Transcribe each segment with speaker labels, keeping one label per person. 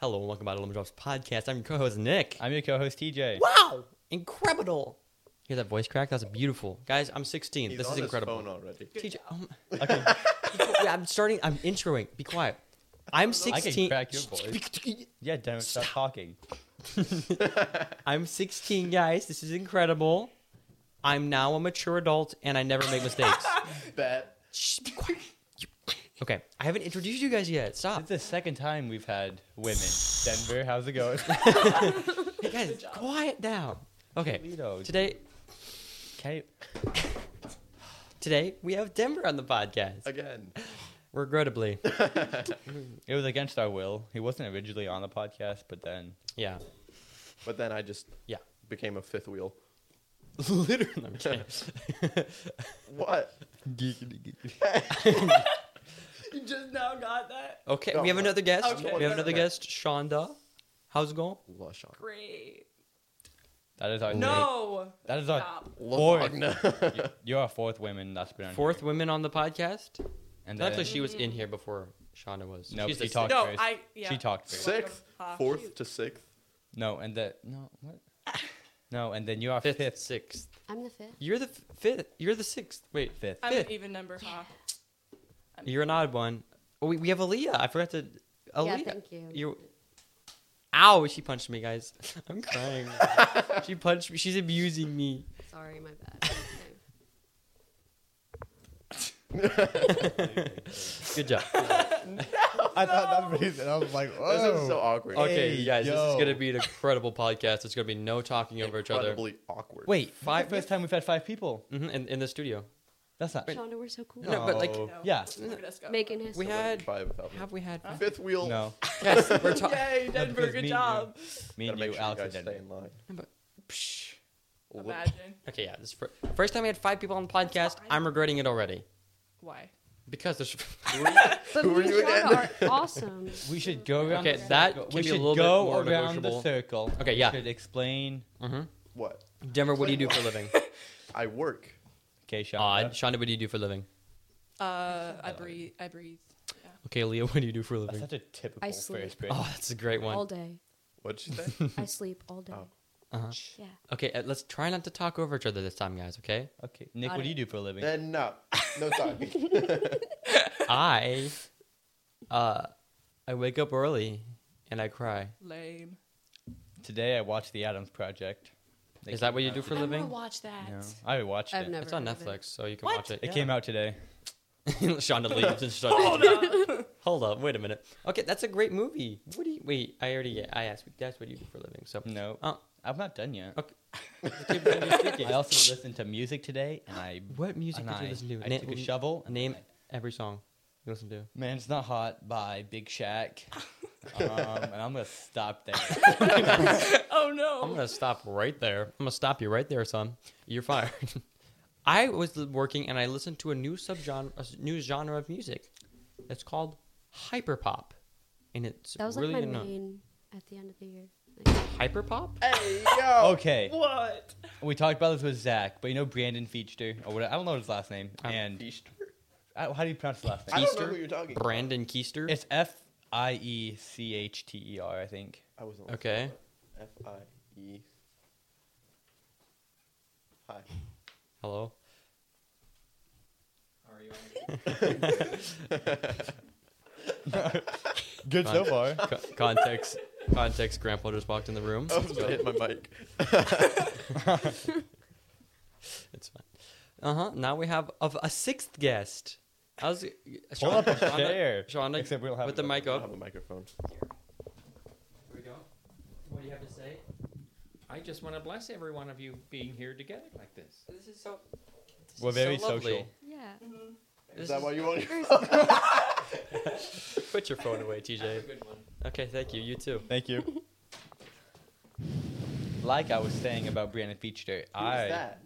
Speaker 1: Hello and welcome to Lemon Drops Podcast. I'm your co-host Nick.
Speaker 2: I'm your co-host TJ.
Speaker 1: wow, incredible! Hear that voice crack? That's beautiful, guys. I'm 16.
Speaker 3: He's
Speaker 1: this
Speaker 3: on
Speaker 1: is
Speaker 3: his
Speaker 1: incredible.
Speaker 3: phone already.
Speaker 1: TJ, um,
Speaker 2: Okay,
Speaker 1: yeah, I'm starting. I'm introing. Be quiet. I'm
Speaker 2: I
Speaker 1: 16.
Speaker 2: can crack your voice. Yeah, don't stop talking.
Speaker 1: I'm 16, guys. This is incredible. I'm now a mature adult, and I never make mistakes.
Speaker 3: That
Speaker 1: Shh, be quiet. You- Okay, I haven't introduced you guys yet.
Speaker 2: It's
Speaker 1: Stop,
Speaker 2: the second time we've had women. Denver, how's it going?
Speaker 1: hey, guys. Quiet down. Okay,
Speaker 2: Toledo,
Speaker 1: today,
Speaker 2: Kate.
Speaker 1: today we have Denver on the podcast.
Speaker 3: again.
Speaker 1: Regrettably,
Speaker 2: It was against our will. He wasn't originally on the podcast, but then
Speaker 1: yeah,
Speaker 3: But then I just
Speaker 1: yeah.
Speaker 3: became a fifth wheel.
Speaker 1: Literally, I'm kidding.
Speaker 3: What?
Speaker 4: You just now got that?
Speaker 1: okay,
Speaker 3: No,
Speaker 1: we have
Speaker 3: no.
Speaker 1: another guest.
Speaker 4: Okay.
Speaker 1: We have another
Speaker 3: Okay.
Speaker 1: guest, Shonda. How's it going?
Speaker 3: Lasagna.
Speaker 4: Great.
Speaker 2: that is our
Speaker 4: No.
Speaker 2: That is our
Speaker 4: Stop.
Speaker 3: Lasagna.
Speaker 2: y- you're our fourth women that's been on
Speaker 1: Fourth
Speaker 2: here.
Speaker 1: women on the podcast.
Speaker 2: and then
Speaker 1: Luckily, she was
Speaker 5: Mm.
Speaker 1: in here before Shonda was.
Speaker 2: No,
Speaker 1: She's
Speaker 2: she
Speaker 1: the
Speaker 2: talked
Speaker 4: No,
Speaker 2: first.
Speaker 4: I- yeah.
Speaker 2: She talked first.
Speaker 3: sixth,
Speaker 4: Ah,
Speaker 3: fourth
Speaker 4: shoot.
Speaker 3: to sixth.
Speaker 2: No, and then no what? No, and then you're our
Speaker 1: fifth,
Speaker 2: fifth.
Speaker 1: sixth.
Speaker 5: I'm the fifth.
Speaker 1: You're the f- fifth. You're the sixth. Wait,
Speaker 2: Fifth.
Speaker 4: I'm
Speaker 1: Fifth.
Speaker 4: an even number, huh?
Speaker 1: you're an odd one. Oh, we, we have Aaliyah. I forgot to. Aaliyah.
Speaker 5: thank you.
Speaker 1: You're, ow! She punched me, guys. I'm crying. she punched me. She's abusing me.
Speaker 5: Sorry, my bad. Okay.
Speaker 1: Good job.
Speaker 6: I thought that was, and I was like,
Speaker 3: This is so
Speaker 6: oh.
Speaker 3: awkward.
Speaker 1: Okay,
Speaker 6: Hey,
Speaker 1: guys, this is
Speaker 6: yo.
Speaker 1: gonna be an incredible podcast. It's gonna be no talking over each other.
Speaker 3: Incredibly awkward.
Speaker 2: Wait,
Speaker 1: Five-
Speaker 2: five first time we've had five people.
Speaker 1: hmm in, in the studio.
Speaker 2: That's not
Speaker 5: Shonda, we're so cool.
Speaker 1: No, but like
Speaker 6: No.
Speaker 4: No.
Speaker 2: Yeah.
Speaker 4: Look at us go.
Speaker 5: Making history.
Speaker 1: we had.
Speaker 3: Five without me.
Speaker 1: Have we had?
Speaker 3: Fifth wheel.
Speaker 2: no.
Speaker 1: Yes, we're talking.
Speaker 4: Yay, Denver,
Speaker 2: because
Speaker 4: good
Speaker 2: me and you-
Speaker 4: job.
Speaker 2: Me
Speaker 3: Gotta
Speaker 2: and
Speaker 3: make
Speaker 2: you,
Speaker 3: sure you
Speaker 2: Alex, and
Speaker 3: guys stay
Speaker 2: Denver.
Speaker 3: in line. Look-
Speaker 4: Imagine.
Speaker 1: Okay, yeah. This fir- first time we had five people on the podcast. I'm regretting it already
Speaker 4: Why?
Speaker 1: because there's.
Speaker 5: but
Speaker 3: Who
Speaker 5: me
Speaker 3: were
Speaker 5: and
Speaker 3: you again?
Speaker 5: Shonda are awesome.
Speaker 2: We should go around.
Speaker 1: Okay,
Speaker 2: the
Speaker 1: that
Speaker 2: circle.
Speaker 1: can
Speaker 2: we
Speaker 1: be a
Speaker 2: should
Speaker 1: little bit
Speaker 2: go
Speaker 1: more
Speaker 2: around
Speaker 1: negotiable.
Speaker 2: the circle.
Speaker 1: Okay,
Speaker 2: We
Speaker 1: yeah.
Speaker 2: should explain.
Speaker 3: What?
Speaker 1: Mm-hmm. Denver, what do you do for a living?
Speaker 3: I work.
Speaker 2: Okay, Sean.
Speaker 1: Odd. Shonda, what do you do for a living?
Speaker 4: Uh, I breathe. I breathe.
Speaker 1: Okay, Leah, what do you do for a
Speaker 2: That's
Speaker 1: living?
Speaker 2: such a typical
Speaker 5: I
Speaker 2: first
Speaker 5: sleep.
Speaker 2: person.
Speaker 1: Oh, that's a great
Speaker 5: All
Speaker 1: one.
Speaker 5: day.
Speaker 3: What'd you say?
Speaker 5: I sleep all day.
Speaker 3: Oh.
Speaker 1: Uh-huh.
Speaker 5: Yeah.
Speaker 1: Okay, uh, let's try not to talk over each other this time, guys. Okay.
Speaker 2: Okay, Nick,
Speaker 5: Got
Speaker 2: what do
Speaker 5: it.
Speaker 2: you do for a living?
Speaker 3: then no. No talking.
Speaker 1: I, uh, I wake up early and I cry.
Speaker 4: Lame.
Speaker 2: Today I watched The Adams Project. They
Speaker 1: Is that
Speaker 2: came
Speaker 1: what you
Speaker 2: out
Speaker 1: do for a
Speaker 2: today.
Speaker 1: living?
Speaker 4: watch that.
Speaker 2: No, I watched
Speaker 5: I've
Speaker 2: it.
Speaker 5: never.
Speaker 1: It's on
Speaker 5: heard of it.
Speaker 1: Netflix, so you can
Speaker 4: What?
Speaker 1: watch it.
Speaker 2: It came out today.
Speaker 1: Shonda leaves and starts.
Speaker 4: Hold up.
Speaker 1: Hold up, wait a minute. Okay, that's a great movie. What do you? Wait, I already. I asked. That's what you do for a living. So
Speaker 2: No,
Speaker 1: Oh.
Speaker 2: I'm not done yet.
Speaker 1: Okay. Keep speaking.
Speaker 2: I also listened to music today, and I
Speaker 1: What music
Speaker 2: and
Speaker 1: did
Speaker 2: I,
Speaker 1: you listen to?
Speaker 2: I
Speaker 1: Na-
Speaker 2: took a shovel. and
Speaker 1: Name
Speaker 2: I-
Speaker 1: every song you listen to.
Speaker 2: Man's Not Hot by Big Shaq. um, and I'm gonna stop there.
Speaker 4: oh
Speaker 1: I'm
Speaker 4: no.
Speaker 1: gonna stop right there. I'm gonna stop you right there, son. You're fired. I was l- working and I listened to a new subgenre, a s- new genre of music. It's called hyperpop, and it's
Speaker 5: That was
Speaker 1: really
Speaker 5: like my
Speaker 1: unknown.
Speaker 5: main at the end of the year. Like,
Speaker 1: hyperpop.
Speaker 3: hey, yo.
Speaker 2: Okay,
Speaker 4: What?
Speaker 2: we talked about this with Zach, but you know Brandon Feaster or what? I don't know his last name.
Speaker 1: Um,
Speaker 2: and
Speaker 3: Easter?
Speaker 2: I- how do you pronounce his last name?
Speaker 3: I don't know
Speaker 1: Easter?
Speaker 3: who you're talking. about.
Speaker 1: Brandon Keister.
Speaker 2: It's F I E C H T E R, I think.
Speaker 3: I wasn't.
Speaker 1: okay.
Speaker 3: F I E. Hi.
Speaker 1: Hello.
Speaker 2: Good
Speaker 1: so
Speaker 2: far.
Speaker 1: Co- context. Context. Grandpa just walked in the room.
Speaker 3: Oh, I hit my mic.
Speaker 1: It's fine. Uh huh. Now we have a, a sixth guest. I was
Speaker 2: Pull up a
Speaker 1: Shonda-
Speaker 2: chair.
Speaker 1: Shonda,
Speaker 2: Except we don't have
Speaker 1: with the
Speaker 2: it up.
Speaker 1: mic
Speaker 3: I don't have
Speaker 1: up.
Speaker 3: a microphone.
Speaker 1: Here we go. What do you have to say?
Speaker 7: I just want to bless every one of you being here together like this.
Speaker 1: This is so. this
Speaker 2: We're
Speaker 1: is
Speaker 2: very
Speaker 1: so lovely.
Speaker 2: social.
Speaker 5: yeah.
Speaker 1: This
Speaker 3: Is that why you want your
Speaker 1: Put your phone away, TJ. Okay, thank you. You too.
Speaker 2: Thank you. like I was saying about Brandon Feaster, I
Speaker 3: Who's that?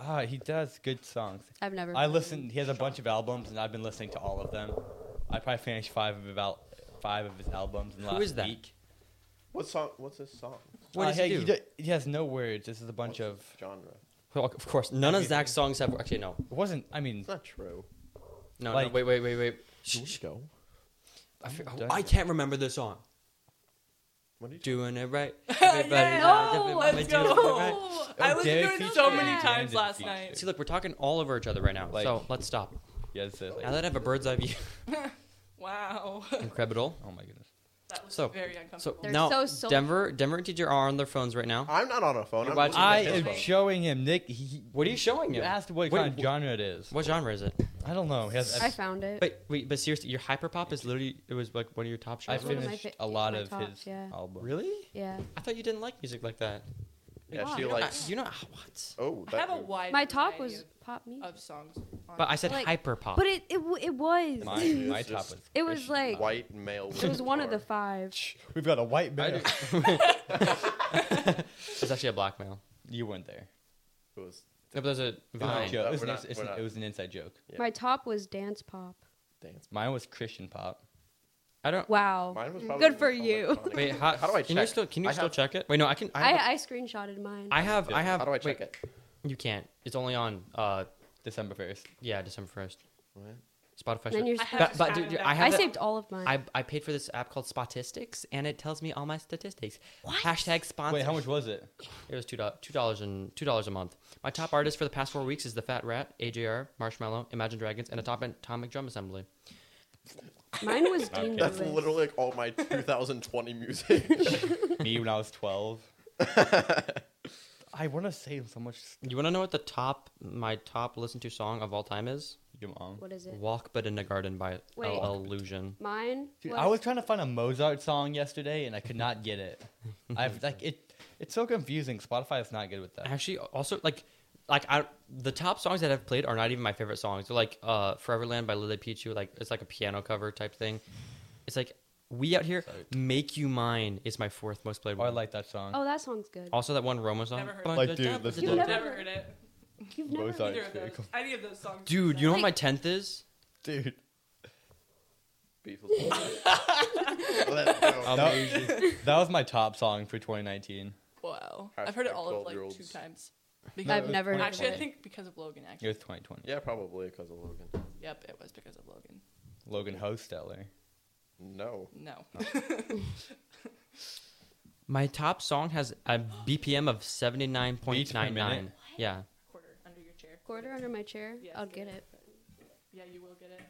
Speaker 2: ah he does good songs.
Speaker 5: I've never.
Speaker 2: I
Speaker 5: heard of it.
Speaker 2: listened. He has a bunch of albums, and I've been listening to all of them. I probably finished five of about five of his albums in the
Speaker 1: Who
Speaker 2: last
Speaker 1: is that?
Speaker 2: week.
Speaker 3: What song? What's this song?
Speaker 1: What
Speaker 2: Uh,
Speaker 1: does he
Speaker 2: he,
Speaker 1: do?
Speaker 2: d- he has no words. This is a bunch of.
Speaker 3: genre?
Speaker 1: Well, of course, none of
Speaker 2: Everything.
Speaker 1: Zach's songs have. Actually, no,
Speaker 2: It wasn't. I mean,
Speaker 3: It's not true.
Speaker 1: no, no.
Speaker 2: Like-
Speaker 1: Wait, wait, wait, wait. Shh, shh.
Speaker 3: go?
Speaker 1: I, f-
Speaker 2: I'm done
Speaker 1: I
Speaker 2: here.
Speaker 1: can't remember the song.
Speaker 3: What are you
Speaker 1: Doing it right. Everybody,
Speaker 4: No,
Speaker 1: everybody
Speaker 4: oh, let's
Speaker 1: doing it right.
Speaker 4: go. I listened
Speaker 2: Derek
Speaker 4: to it
Speaker 2: featured
Speaker 4: so
Speaker 2: you
Speaker 4: many
Speaker 2: and
Speaker 4: times
Speaker 2: it
Speaker 4: last
Speaker 2: featured
Speaker 4: night.
Speaker 2: you.
Speaker 1: See, look, we're talking all over each other right now.
Speaker 2: Like-
Speaker 1: so let's stop.
Speaker 2: Yeah, it's uh, like,
Speaker 1: Now that I have a bird's eye view,
Speaker 4: Wow,
Speaker 1: incredible.
Speaker 2: oh my goodness.
Speaker 4: that was
Speaker 1: So-
Speaker 4: very
Speaker 1: So
Speaker 4: uncomfortable.
Speaker 5: They're
Speaker 1: now
Speaker 5: so social.
Speaker 1: Denver, Denver and TJ are on their phones right now.
Speaker 3: I'm not on a phone.
Speaker 1: You're
Speaker 3: I'm
Speaker 1: watching
Speaker 3: listening
Speaker 2: I
Speaker 3: to
Speaker 2: am
Speaker 3: headphones.
Speaker 2: showing him Nick. He,
Speaker 1: What are you showing
Speaker 2: you
Speaker 1: him?
Speaker 2: asked what
Speaker 1: Wait,
Speaker 2: kind of
Speaker 1: wh-
Speaker 2: genre it is.
Speaker 1: What genre is it?
Speaker 2: I don't know. He has,
Speaker 5: I
Speaker 2: I've,
Speaker 5: found it.
Speaker 1: But wait, but seriously, your hyperpop is literally it was like one of your top
Speaker 2: I
Speaker 1: shows.
Speaker 5: It's one of my
Speaker 2: finished
Speaker 5: fa-
Speaker 2: a lot
Speaker 5: my
Speaker 2: of
Speaker 5: top,
Speaker 2: his
Speaker 5: yeah.
Speaker 2: album.
Speaker 1: Really?
Speaker 5: yeah.
Speaker 1: I thought you didn't like music like that.
Speaker 3: Yeah,
Speaker 5: Wow.
Speaker 3: she
Speaker 5: You know,
Speaker 1: I-
Speaker 3: likes.
Speaker 1: you know ah, what?
Speaker 3: Oh,
Speaker 4: I have
Speaker 3: that
Speaker 4: a
Speaker 3: move.
Speaker 4: wide.
Speaker 5: My top
Speaker 4: variety
Speaker 5: was
Speaker 4: of-
Speaker 5: pop music.
Speaker 4: of songs. on
Speaker 1: But I said
Speaker 5: Like-
Speaker 1: hyperpop.
Speaker 5: But it, it w- it was.
Speaker 2: My, my
Speaker 3: It's
Speaker 2: top
Speaker 3: just-
Speaker 2: was.
Speaker 5: It was like
Speaker 3: white male.
Speaker 5: it was one of the five.
Speaker 6: We've got a white
Speaker 2: I
Speaker 6: man.
Speaker 1: it's actually a blackmail.
Speaker 2: You weren't there.
Speaker 3: It was
Speaker 1: No, but there's a
Speaker 2: It was, a
Speaker 1: vine.
Speaker 2: joke.
Speaker 3: But
Speaker 2: It was
Speaker 3: we're
Speaker 2: an
Speaker 3: not-
Speaker 2: ins- it's
Speaker 3: we're
Speaker 2: an-
Speaker 3: not-
Speaker 2: it was an inside joke.
Speaker 3: Yeah.
Speaker 5: My top was dance pop.
Speaker 3: dance.
Speaker 2: Mine was Christian pop.
Speaker 1: I don't.
Speaker 5: Wow.
Speaker 3: Mine was
Speaker 5: Mm.
Speaker 3: probably
Speaker 5: Good for you.
Speaker 3: electronic.
Speaker 1: Wait, how,
Speaker 3: How do I
Speaker 1: Can you
Speaker 3: check?
Speaker 1: still can you
Speaker 3: I
Speaker 1: still
Speaker 3: have-
Speaker 1: check it? Wait, no, I can. I
Speaker 5: I,
Speaker 1: have.
Speaker 5: I screenshotted mine.
Speaker 1: I have. I have
Speaker 3: How do I check
Speaker 1: wait,
Speaker 3: it?
Speaker 1: You can't. It's only on. Uh,
Speaker 2: December 1st.
Speaker 1: yeah, December first.
Speaker 3: What?
Speaker 1: Spotify.
Speaker 5: Then
Speaker 1: show-
Speaker 5: you're
Speaker 4: I have
Speaker 1: but,
Speaker 4: to
Speaker 1: but
Speaker 4: sign
Speaker 1: dude,
Speaker 4: it
Speaker 1: I
Speaker 4: back.
Speaker 1: have.
Speaker 5: I
Speaker 1: it-
Speaker 5: saved all of mine.
Speaker 1: I, I paid for this app called Spotistics, and it tells me all my statistics.
Speaker 5: What?
Speaker 1: Hashtag sponsor.
Speaker 2: Wait, how much was it?
Speaker 1: It was two dollars and two dollars a month. My top artist for the past four weeks is the Fat Rat, AJR, Marshmallow, Imagine Dragons, and a top atomic drum assembly.
Speaker 5: Mine was Dean
Speaker 3: That's
Speaker 5: Lewis.
Speaker 3: literally like all my 2020 music.
Speaker 2: Me when I was 12. I want to say so much. s-
Speaker 1: You want to know what the top my top listened to song of all time is?
Speaker 2: Your mom.
Speaker 5: What is it?
Speaker 1: Walk But in the Garden by
Speaker 5: Wait.
Speaker 1: L- Illusion.
Speaker 5: Mine.
Speaker 2: Dude,
Speaker 5: was,
Speaker 2: I was trying to find a Mozart song yesterday and I could not get it. I've like it. It's so confusing. Spotify is not good with that.
Speaker 1: Actually, also like like I the top songs that I've played are not even my favorite songs. They're like uh Foreverland by Lily Pichu, like it's like a piano cover type thing. It's like We Out Here Make You Mine is my fourth most played
Speaker 2: Or I
Speaker 1: one.
Speaker 2: like that song.
Speaker 5: Oh, that song's good.
Speaker 1: also that one Roma song.
Speaker 4: Never heard
Speaker 6: Like, dude, let's
Speaker 5: You
Speaker 4: I've
Speaker 5: never-
Speaker 4: never heard it.
Speaker 5: You've never.
Speaker 6: Both are-
Speaker 4: Either
Speaker 6: it's
Speaker 4: of
Speaker 6: very
Speaker 4: those-
Speaker 6: cool.
Speaker 4: Any of those songs.
Speaker 1: Dude, you know what my
Speaker 5: Like-
Speaker 1: tenth is?
Speaker 6: Dude.
Speaker 3: Beatles. Let's go.
Speaker 2: Oh. that, that was my top song for 2019.
Speaker 4: Wow. I've heard it all of like two
Speaker 3: Twelve-year-olds.
Speaker 4: times.
Speaker 5: I've
Speaker 4: Because-
Speaker 5: never.
Speaker 4: Actually, I
Speaker 2: Wait.
Speaker 4: think because of Logan. Actually,
Speaker 2: It was 2020.
Speaker 3: yeah, probably because of Logan.
Speaker 4: yep, it was because of Logan.
Speaker 2: Logan Hosteller.
Speaker 3: No.
Speaker 4: No.
Speaker 1: My top song has a BPM of seventy nine point nine nine.
Speaker 2: minute?
Speaker 1: Yeah.
Speaker 4: Quarter under your chair.
Speaker 5: Quarter under my chair.
Speaker 4: Yes,
Speaker 5: I'll get it.
Speaker 4: Yeah, you will get it.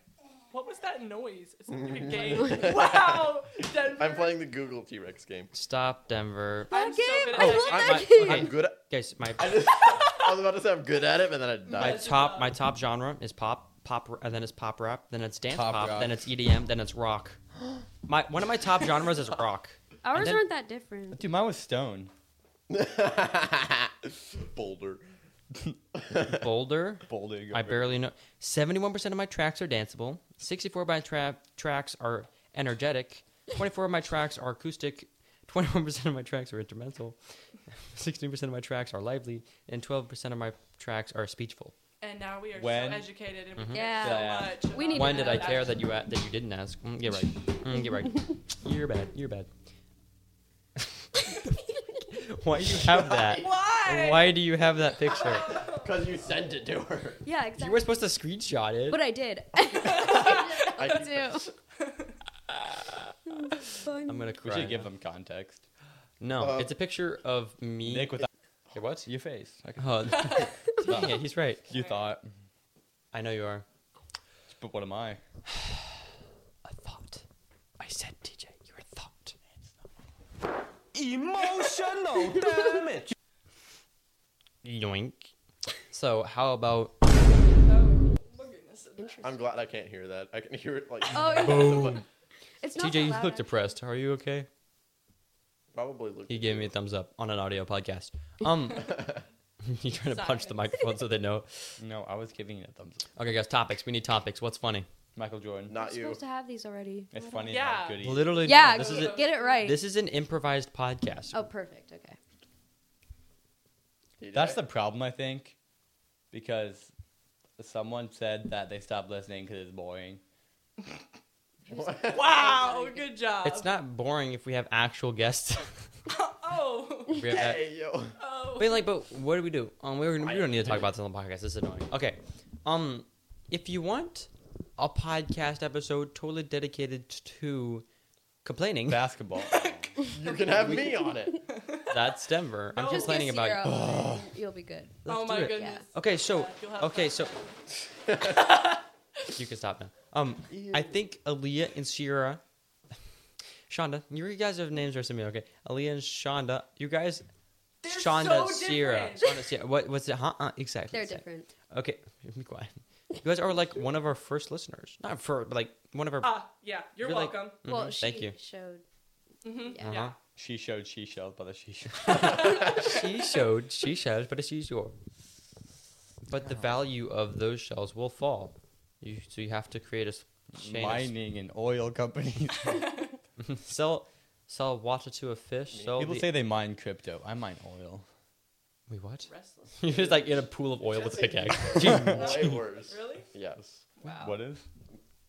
Speaker 4: What was that noise? It's like a game. wow. Denver.
Speaker 3: I'm playing the Google T Rex game.
Speaker 1: Stop Denver.
Speaker 4: I'm
Speaker 5: That
Speaker 4: so
Speaker 5: game,
Speaker 4: good at
Speaker 5: Oh, I
Speaker 4: that
Speaker 5: love
Speaker 4: game.
Speaker 5: that
Speaker 3: I'm,
Speaker 5: game.
Speaker 3: I'm good at
Speaker 1: Guys, my
Speaker 3: I, just, I was about to say I'm good at it, but then I
Speaker 1: my
Speaker 3: died.
Speaker 1: top my top genre is pop pop r- and then it's pop rap then it's dance
Speaker 2: Pop
Speaker 1: pop,
Speaker 2: rock.
Speaker 1: then it's EDM then it's rock. My one of my top genres is rock.
Speaker 5: Ours
Speaker 1: then-
Speaker 5: aren't that different.
Speaker 2: Dude, mine was Stone.
Speaker 3: Boulder.
Speaker 1: Boulder.
Speaker 2: Boulder.
Speaker 1: I barely know. Seventy one percent of my tracks are danceable. Sixty four of my tra- tracks are energetic. Twenty four of my tracks are acoustic. Twenty one percent of my tracks are instrumental. Sixteen percent of my tracks are lively, and twelve percent of my tracks are speechful.
Speaker 4: And now we are
Speaker 2: When-
Speaker 4: so educated and we care
Speaker 5: Yeah.
Speaker 4: so much.
Speaker 5: We
Speaker 4: about
Speaker 1: Mm-hmm. When
Speaker 5: need to
Speaker 1: did
Speaker 5: know
Speaker 1: I
Speaker 5: that.
Speaker 1: care that you a- that you didn't ask? Mm, get right. Mm, get right. You're bad. You're bad. Why do you have that?
Speaker 4: Why?
Speaker 1: Why do you have that picture?
Speaker 3: Because you sent it to her.
Speaker 5: Yeah,
Speaker 1: You were
Speaker 5: exactly.
Speaker 1: supposed to screenshot it.
Speaker 5: But I did.
Speaker 3: I
Speaker 5: I do.
Speaker 1: I'm gonna
Speaker 2: We
Speaker 1: cry.
Speaker 2: should give them context.
Speaker 1: no,
Speaker 3: Uh,
Speaker 1: it's a picture of me.
Speaker 2: Nick with
Speaker 1: Hey, what?
Speaker 2: your face. I could-
Speaker 1: Oh, yeah, he's right.
Speaker 2: you thought,
Speaker 1: I know you are.
Speaker 2: but what am I?
Speaker 1: A thought. I said, TJ, you're a thought.
Speaker 2: Emotional damage.
Speaker 1: Yoink. So how about
Speaker 4: Oh, Logan is in there.
Speaker 3: I'm glad I can't hear that. I can hear it like
Speaker 5: Oh, yeah. Boom. It's not that
Speaker 1: TJ? You
Speaker 5: loud,
Speaker 1: look
Speaker 5: actually.
Speaker 1: depressed. Are you okay?
Speaker 3: probably look.
Speaker 1: He gave me a thumbs up on an audio podcast. Um, you trying to punch the
Speaker 4: Sorry.
Speaker 1: microphone so they know?
Speaker 2: No, I was giving it a thumbs up.
Speaker 1: Okay, guys, topics. We need topics. What's funny?
Speaker 2: Michael Jordan.
Speaker 5: We're
Speaker 3: Not you.
Speaker 5: supposed to have these already.
Speaker 2: It's
Speaker 5: Why
Speaker 2: funny
Speaker 4: Yeah.
Speaker 2: how good he
Speaker 1: Literally,
Speaker 5: don't- Yeah,
Speaker 1: This is
Speaker 5: get,
Speaker 1: a,
Speaker 5: get it right.
Speaker 1: this is an improvised podcast.
Speaker 5: oh, perfect. Okay.
Speaker 3: TJ.
Speaker 2: That's the problem, I think, because someone said that they stopped listening because it's boring.
Speaker 4: Wow, good job.
Speaker 1: It's not boring if we have actual guests.
Speaker 4: Oh,
Speaker 1: we have that-
Speaker 3: Hey yo.
Speaker 4: oh.
Speaker 1: Wait, like, but what do we do? Um, we, were, we don't need to talk about this on the podcast. This is annoying. Okay, um, if you want a podcast episode totally dedicated to complaining,
Speaker 2: Basketball.
Speaker 3: You can have me on it.
Speaker 1: That's Denver. I'm
Speaker 4: No.
Speaker 5: Just
Speaker 1: complaining
Speaker 5: get
Speaker 1: about
Speaker 5: syrup
Speaker 1: it.
Speaker 5: and You'll be good.
Speaker 1: Let's
Speaker 4: oh
Speaker 1: do
Speaker 4: my
Speaker 1: it.
Speaker 4: goodness.
Speaker 1: Okay, so
Speaker 4: Yeah, you'll have
Speaker 1: okay,
Speaker 4: fun.
Speaker 1: so you can stop now. Um, I think Aaliyah and Sierra, Shonda, you guys have names are similar. Okay, Aaliyah and Shonda, you guys,
Speaker 4: They're
Speaker 1: Shonda,
Speaker 4: so
Speaker 1: Sierra,
Speaker 4: different.
Speaker 1: Shonda, Sierra. What? What's it? Huh? Uh, exactly.
Speaker 5: They're
Speaker 1: exactly.
Speaker 5: different.
Speaker 1: Okay, be quiet. You guys are like one of our first listeners. Not for but like one of our.
Speaker 4: Ah, yeah. You're,
Speaker 1: You're like-
Speaker 4: welcome.
Speaker 1: Mhm,
Speaker 5: Well, she
Speaker 1: thank you.
Speaker 5: showed.
Speaker 4: hmm
Speaker 5: Yeah.
Speaker 1: Uh-huh.
Speaker 2: She showed, she showed, but she showed.
Speaker 1: she showed, she shows, but she's yours. But the value of those shells will fall. You, so you have to create a s- chain. of s-
Speaker 2: Mining and oil companies.
Speaker 1: sell, sell water to a fish. Sell
Speaker 2: People
Speaker 1: the-
Speaker 2: say they mine crypto. I mine oil.
Speaker 1: Wait, what?
Speaker 4: Restless.
Speaker 1: He was like in a pool of oil with a pickaxe.
Speaker 3: Way worse.
Speaker 4: Really?
Speaker 3: Yes.
Speaker 4: Wow.
Speaker 2: What is?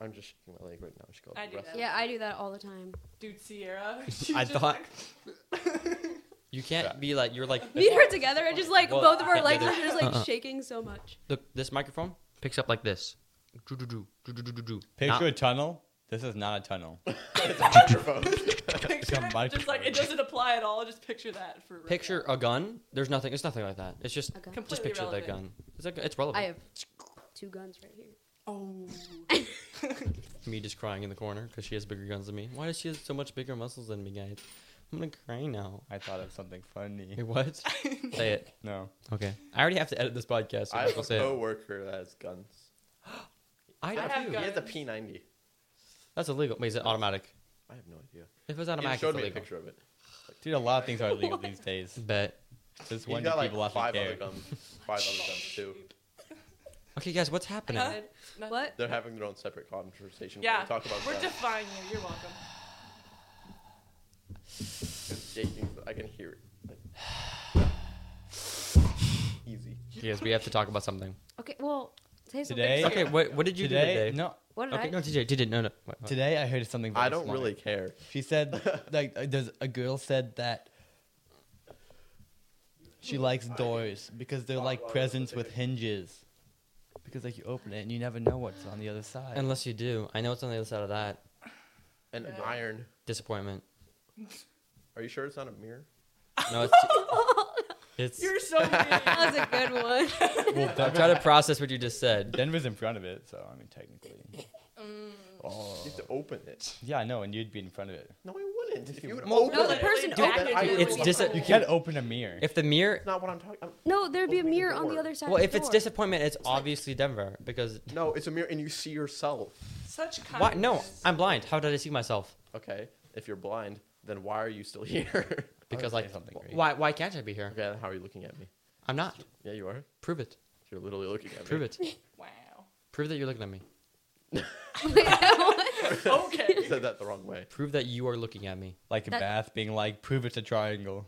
Speaker 3: I'm just shaking my leg right now. She called
Speaker 4: I
Speaker 3: it
Speaker 4: do
Speaker 3: breath.
Speaker 4: that.
Speaker 5: Yeah, I do that all the time.
Speaker 4: Dude, Sierra.
Speaker 1: I thought you can't be like you're like
Speaker 5: Me and her together, and just like
Speaker 1: Well,
Speaker 5: both of our
Speaker 1: yeah,
Speaker 5: legs
Speaker 1: they're-
Speaker 5: are just like
Speaker 1: Uh-uh.
Speaker 5: shaking so much.
Speaker 1: look. This microphone picks up like this. Do, do, do, do, do, do, do, do.
Speaker 2: Picture
Speaker 1: Not-
Speaker 2: a tunnel. This is not a tunnel.
Speaker 4: Picture
Speaker 2: a
Speaker 4: it, just like it
Speaker 2: microphone.
Speaker 4: doesn't apply at all. Just picture that for real.
Speaker 1: picture a gun. There's nothing. It's nothing like that. It's just
Speaker 5: A gun.
Speaker 1: just
Speaker 4: Completely
Speaker 1: picture that gun.
Speaker 4: relevant.
Speaker 1: It's like it's
Speaker 5: I
Speaker 1: relevant.
Speaker 5: have two guns right here.
Speaker 4: Oh.
Speaker 1: Me just crying in the corner because she has bigger guns than me. Why does she have so much bigger muscles than me, guys? I'm gonna cry now.
Speaker 2: I thought of something
Speaker 1: Wait,
Speaker 2: funny.
Speaker 1: what? Say it.
Speaker 2: No.
Speaker 1: Okay. I already have to edit this podcast. So
Speaker 3: I
Speaker 1: I
Speaker 3: have
Speaker 1: will
Speaker 3: a
Speaker 1: say it.
Speaker 3: coworker that has guns.
Speaker 1: I
Speaker 4: I
Speaker 1: don't.
Speaker 4: have
Speaker 1: do.
Speaker 3: He has a
Speaker 4: Guns.
Speaker 3: P90.
Speaker 1: That's illegal. Wait, is it automatic?
Speaker 3: I have no idea.
Speaker 1: If it's
Speaker 3: He
Speaker 1: automatic,
Speaker 3: showed
Speaker 1: it's
Speaker 3: me a
Speaker 1: illegal.
Speaker 3: picture of it.
Speaker 2: Dude, a lot of things are illegal these days.
Speaker 1: Bet.
Speaker 2: Just
Speaker 3: He's
Speaker 2: one
Speaker 3: got like
Speaker 2: people have
Speaker 3: five
Speaker 2: to
Speaker 3: other
Speaker 2: care.
Speaker 3: guns. Five other guns too.
Speaker 1: Okay, guys, what's happening?
Speaker 5: Huh?
Speaker 4: Nothing.
Speaker 5: What?
Speaker 3: They're having their own separate conversation.
Speaker 4: Yeah.
Speaker 3: We talk about
Speaker 4: We're
Speaker 3: that.
Speaker 4: defying you. You're welcome.
Speaker 3: It's shaking. but I can hear it. Like, easy.
Speaker 1: Yes, we have to talk about something.
Speaker 5: Okay, well, say something.
Speaker 2: Today-
Speaker 5: serious.
Speaker 1: Okay, what what did you
Speaker 2: Today,
Speaker 1: do today?
Speaker 2: no.
Speaker 5: What did
Speaker 1: Okay,
Speaker 5: I?
Speaker 1: no, TJ, TJ, no, no. Wait, wait.
Speaker 2: Today I heard something. Very
Speaker 3: I don't
Speaker 2: smart.
Speaker 3: really care.
Speaker 2: She said, like, uh, there's a girl said that she likes doors because they're like presents with hinges. Because like you open it and you never know what's on the other side.
Speaker 1: Unless you do, I know it's on the other side of that
Speaker 3: And an
Speaker 4: Yeah.
Speaker 3: iron.
Speaker 1: disappointment.
Speaker 3: Are you sure it's not a mirror?
Speaker 1: No, it's. it's
Speaker 4: You're so mean.
Speaker 5: That was a good one.
Speaker 2: well,
Speaker 1: I'm
Speaker 2: Denver,
Speaker 1: trying to process what you just said.
Speaker 2: Denver's in front of it, so I mean technically.
Speaker 3: You have to open it.
Speaker 2: Yeah, I know, and you'd be in front of it.
Speaker 3: No, I wouldn't. If you would
Speaker 2: Well,
Speaker 3: open
Speaker 5: No, the
Speaker 3: it.
Speaker 5: person
Speaker 4: Dude,
Speaker 5: opened
Speaker 3: I-
Speaker 5: it.
Speaker 1: it's dis-
Speaker 2: You can't open a mirror.
Speaker 1: If the mirror,
Speaker 3: That's not what I'm talking. I'm,
Speaker 5: No, there'd be a
Speaker 3: Open the
Speaker 5: mirror on the
Speaker 3: door.
Speaker 5: other side.
Speaker 1: well,
Speaker 5: of the
Speaker 1: if it's
Speaker 5: door.
Speaker 1: disappointment, it's obviously Denver because.
Speaker 3: no, it's a mirror, and you see yourself.
Speaker 4: Such kindness.
Speaker 1: Why? No, I'm blind. How did I see myself?
Speaker 3: Okay. If you're blind, then why are you still here?
Speaker 1: Because
Speaker 2: say
Speaker 1: like,
Speaker 2: something great.
Speaker 1: why why can't I be here?
Speaker 3: okay. Then how are you looking at me?
Speaker 1: I'm not.
Speaker 3: Yeah, you are.
Speaker 1: Prove it.
Speaker 3: You're literally looking at me.
Speaker 1: Prove it.
Speaker 4: Wow.
Speaker 1: Prove that you're looking at me.
Speaker 3: You
Speaker 4: Okay.
Speaker 3: said that the wrong way.
Speaker 1: Prove that you are looking at me.
Speaker 2: Like a
Speaker 5: That-
Speaker 2: bath being like, prove it's a triangle.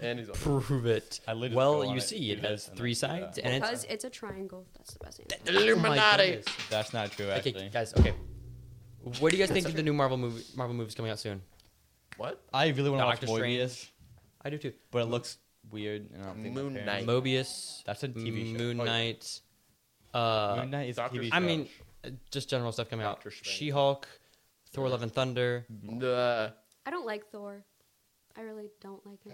Speaker 3: And he's on.
Speaker 1: Prove it.
Speaker 2: I literally go
Speaker 1: Well,
Speaker 2: on
Speaker 1: you
Speaker 2: it,
Speaker 1: see,
Speaker 2: do
Speaker 1: it has
Speaker 2: this, and
Speaker 1: three
Speaker 2: then do that.
Speaker 1: sides, and
Speaker 5: because
Speaker 1: it's Oh
Speaker 5: it's a triangle. That's the best
Speaker 3: Oh
Speaker 5: answer.
Speaker 3: Illuminati.
Speaker 2: That's not true actually.
Speaker 1: Okay, guys. Okay, what do you guys think of the new Marvel movie? Marvel movies coming out soon.
Speaker 3: What?
Speaker 2: I really want to watch
Speaker 1: Doctor Strange.
Speaker 2: Morbius,
Speaker 1: I do too.
Speaker 2: but it looks weird and I don't think my
Speaker 3: Moon
Speaker 2: parents-
Speaker 3: Knight.
Speaker 1: Mobius,
Speaker 2: That's a TV show.
Speaker 1: Moon
Speaker 3: Oh, yeah.
Speaker 1: Knight. Uh,
Speaker 2: Moon Knight is
Speaker 3: Doctor
Speaker 2: a TV show.
Speaker 1: I mean, uh, just general stuff coming out.
Speaker 3: Doctor Strange.
Speaker 1: She Hulk, Thor: Love and Thunder.
Speaker 3: Nah.
Speaker 5: I don't like Thor. I really don't like him.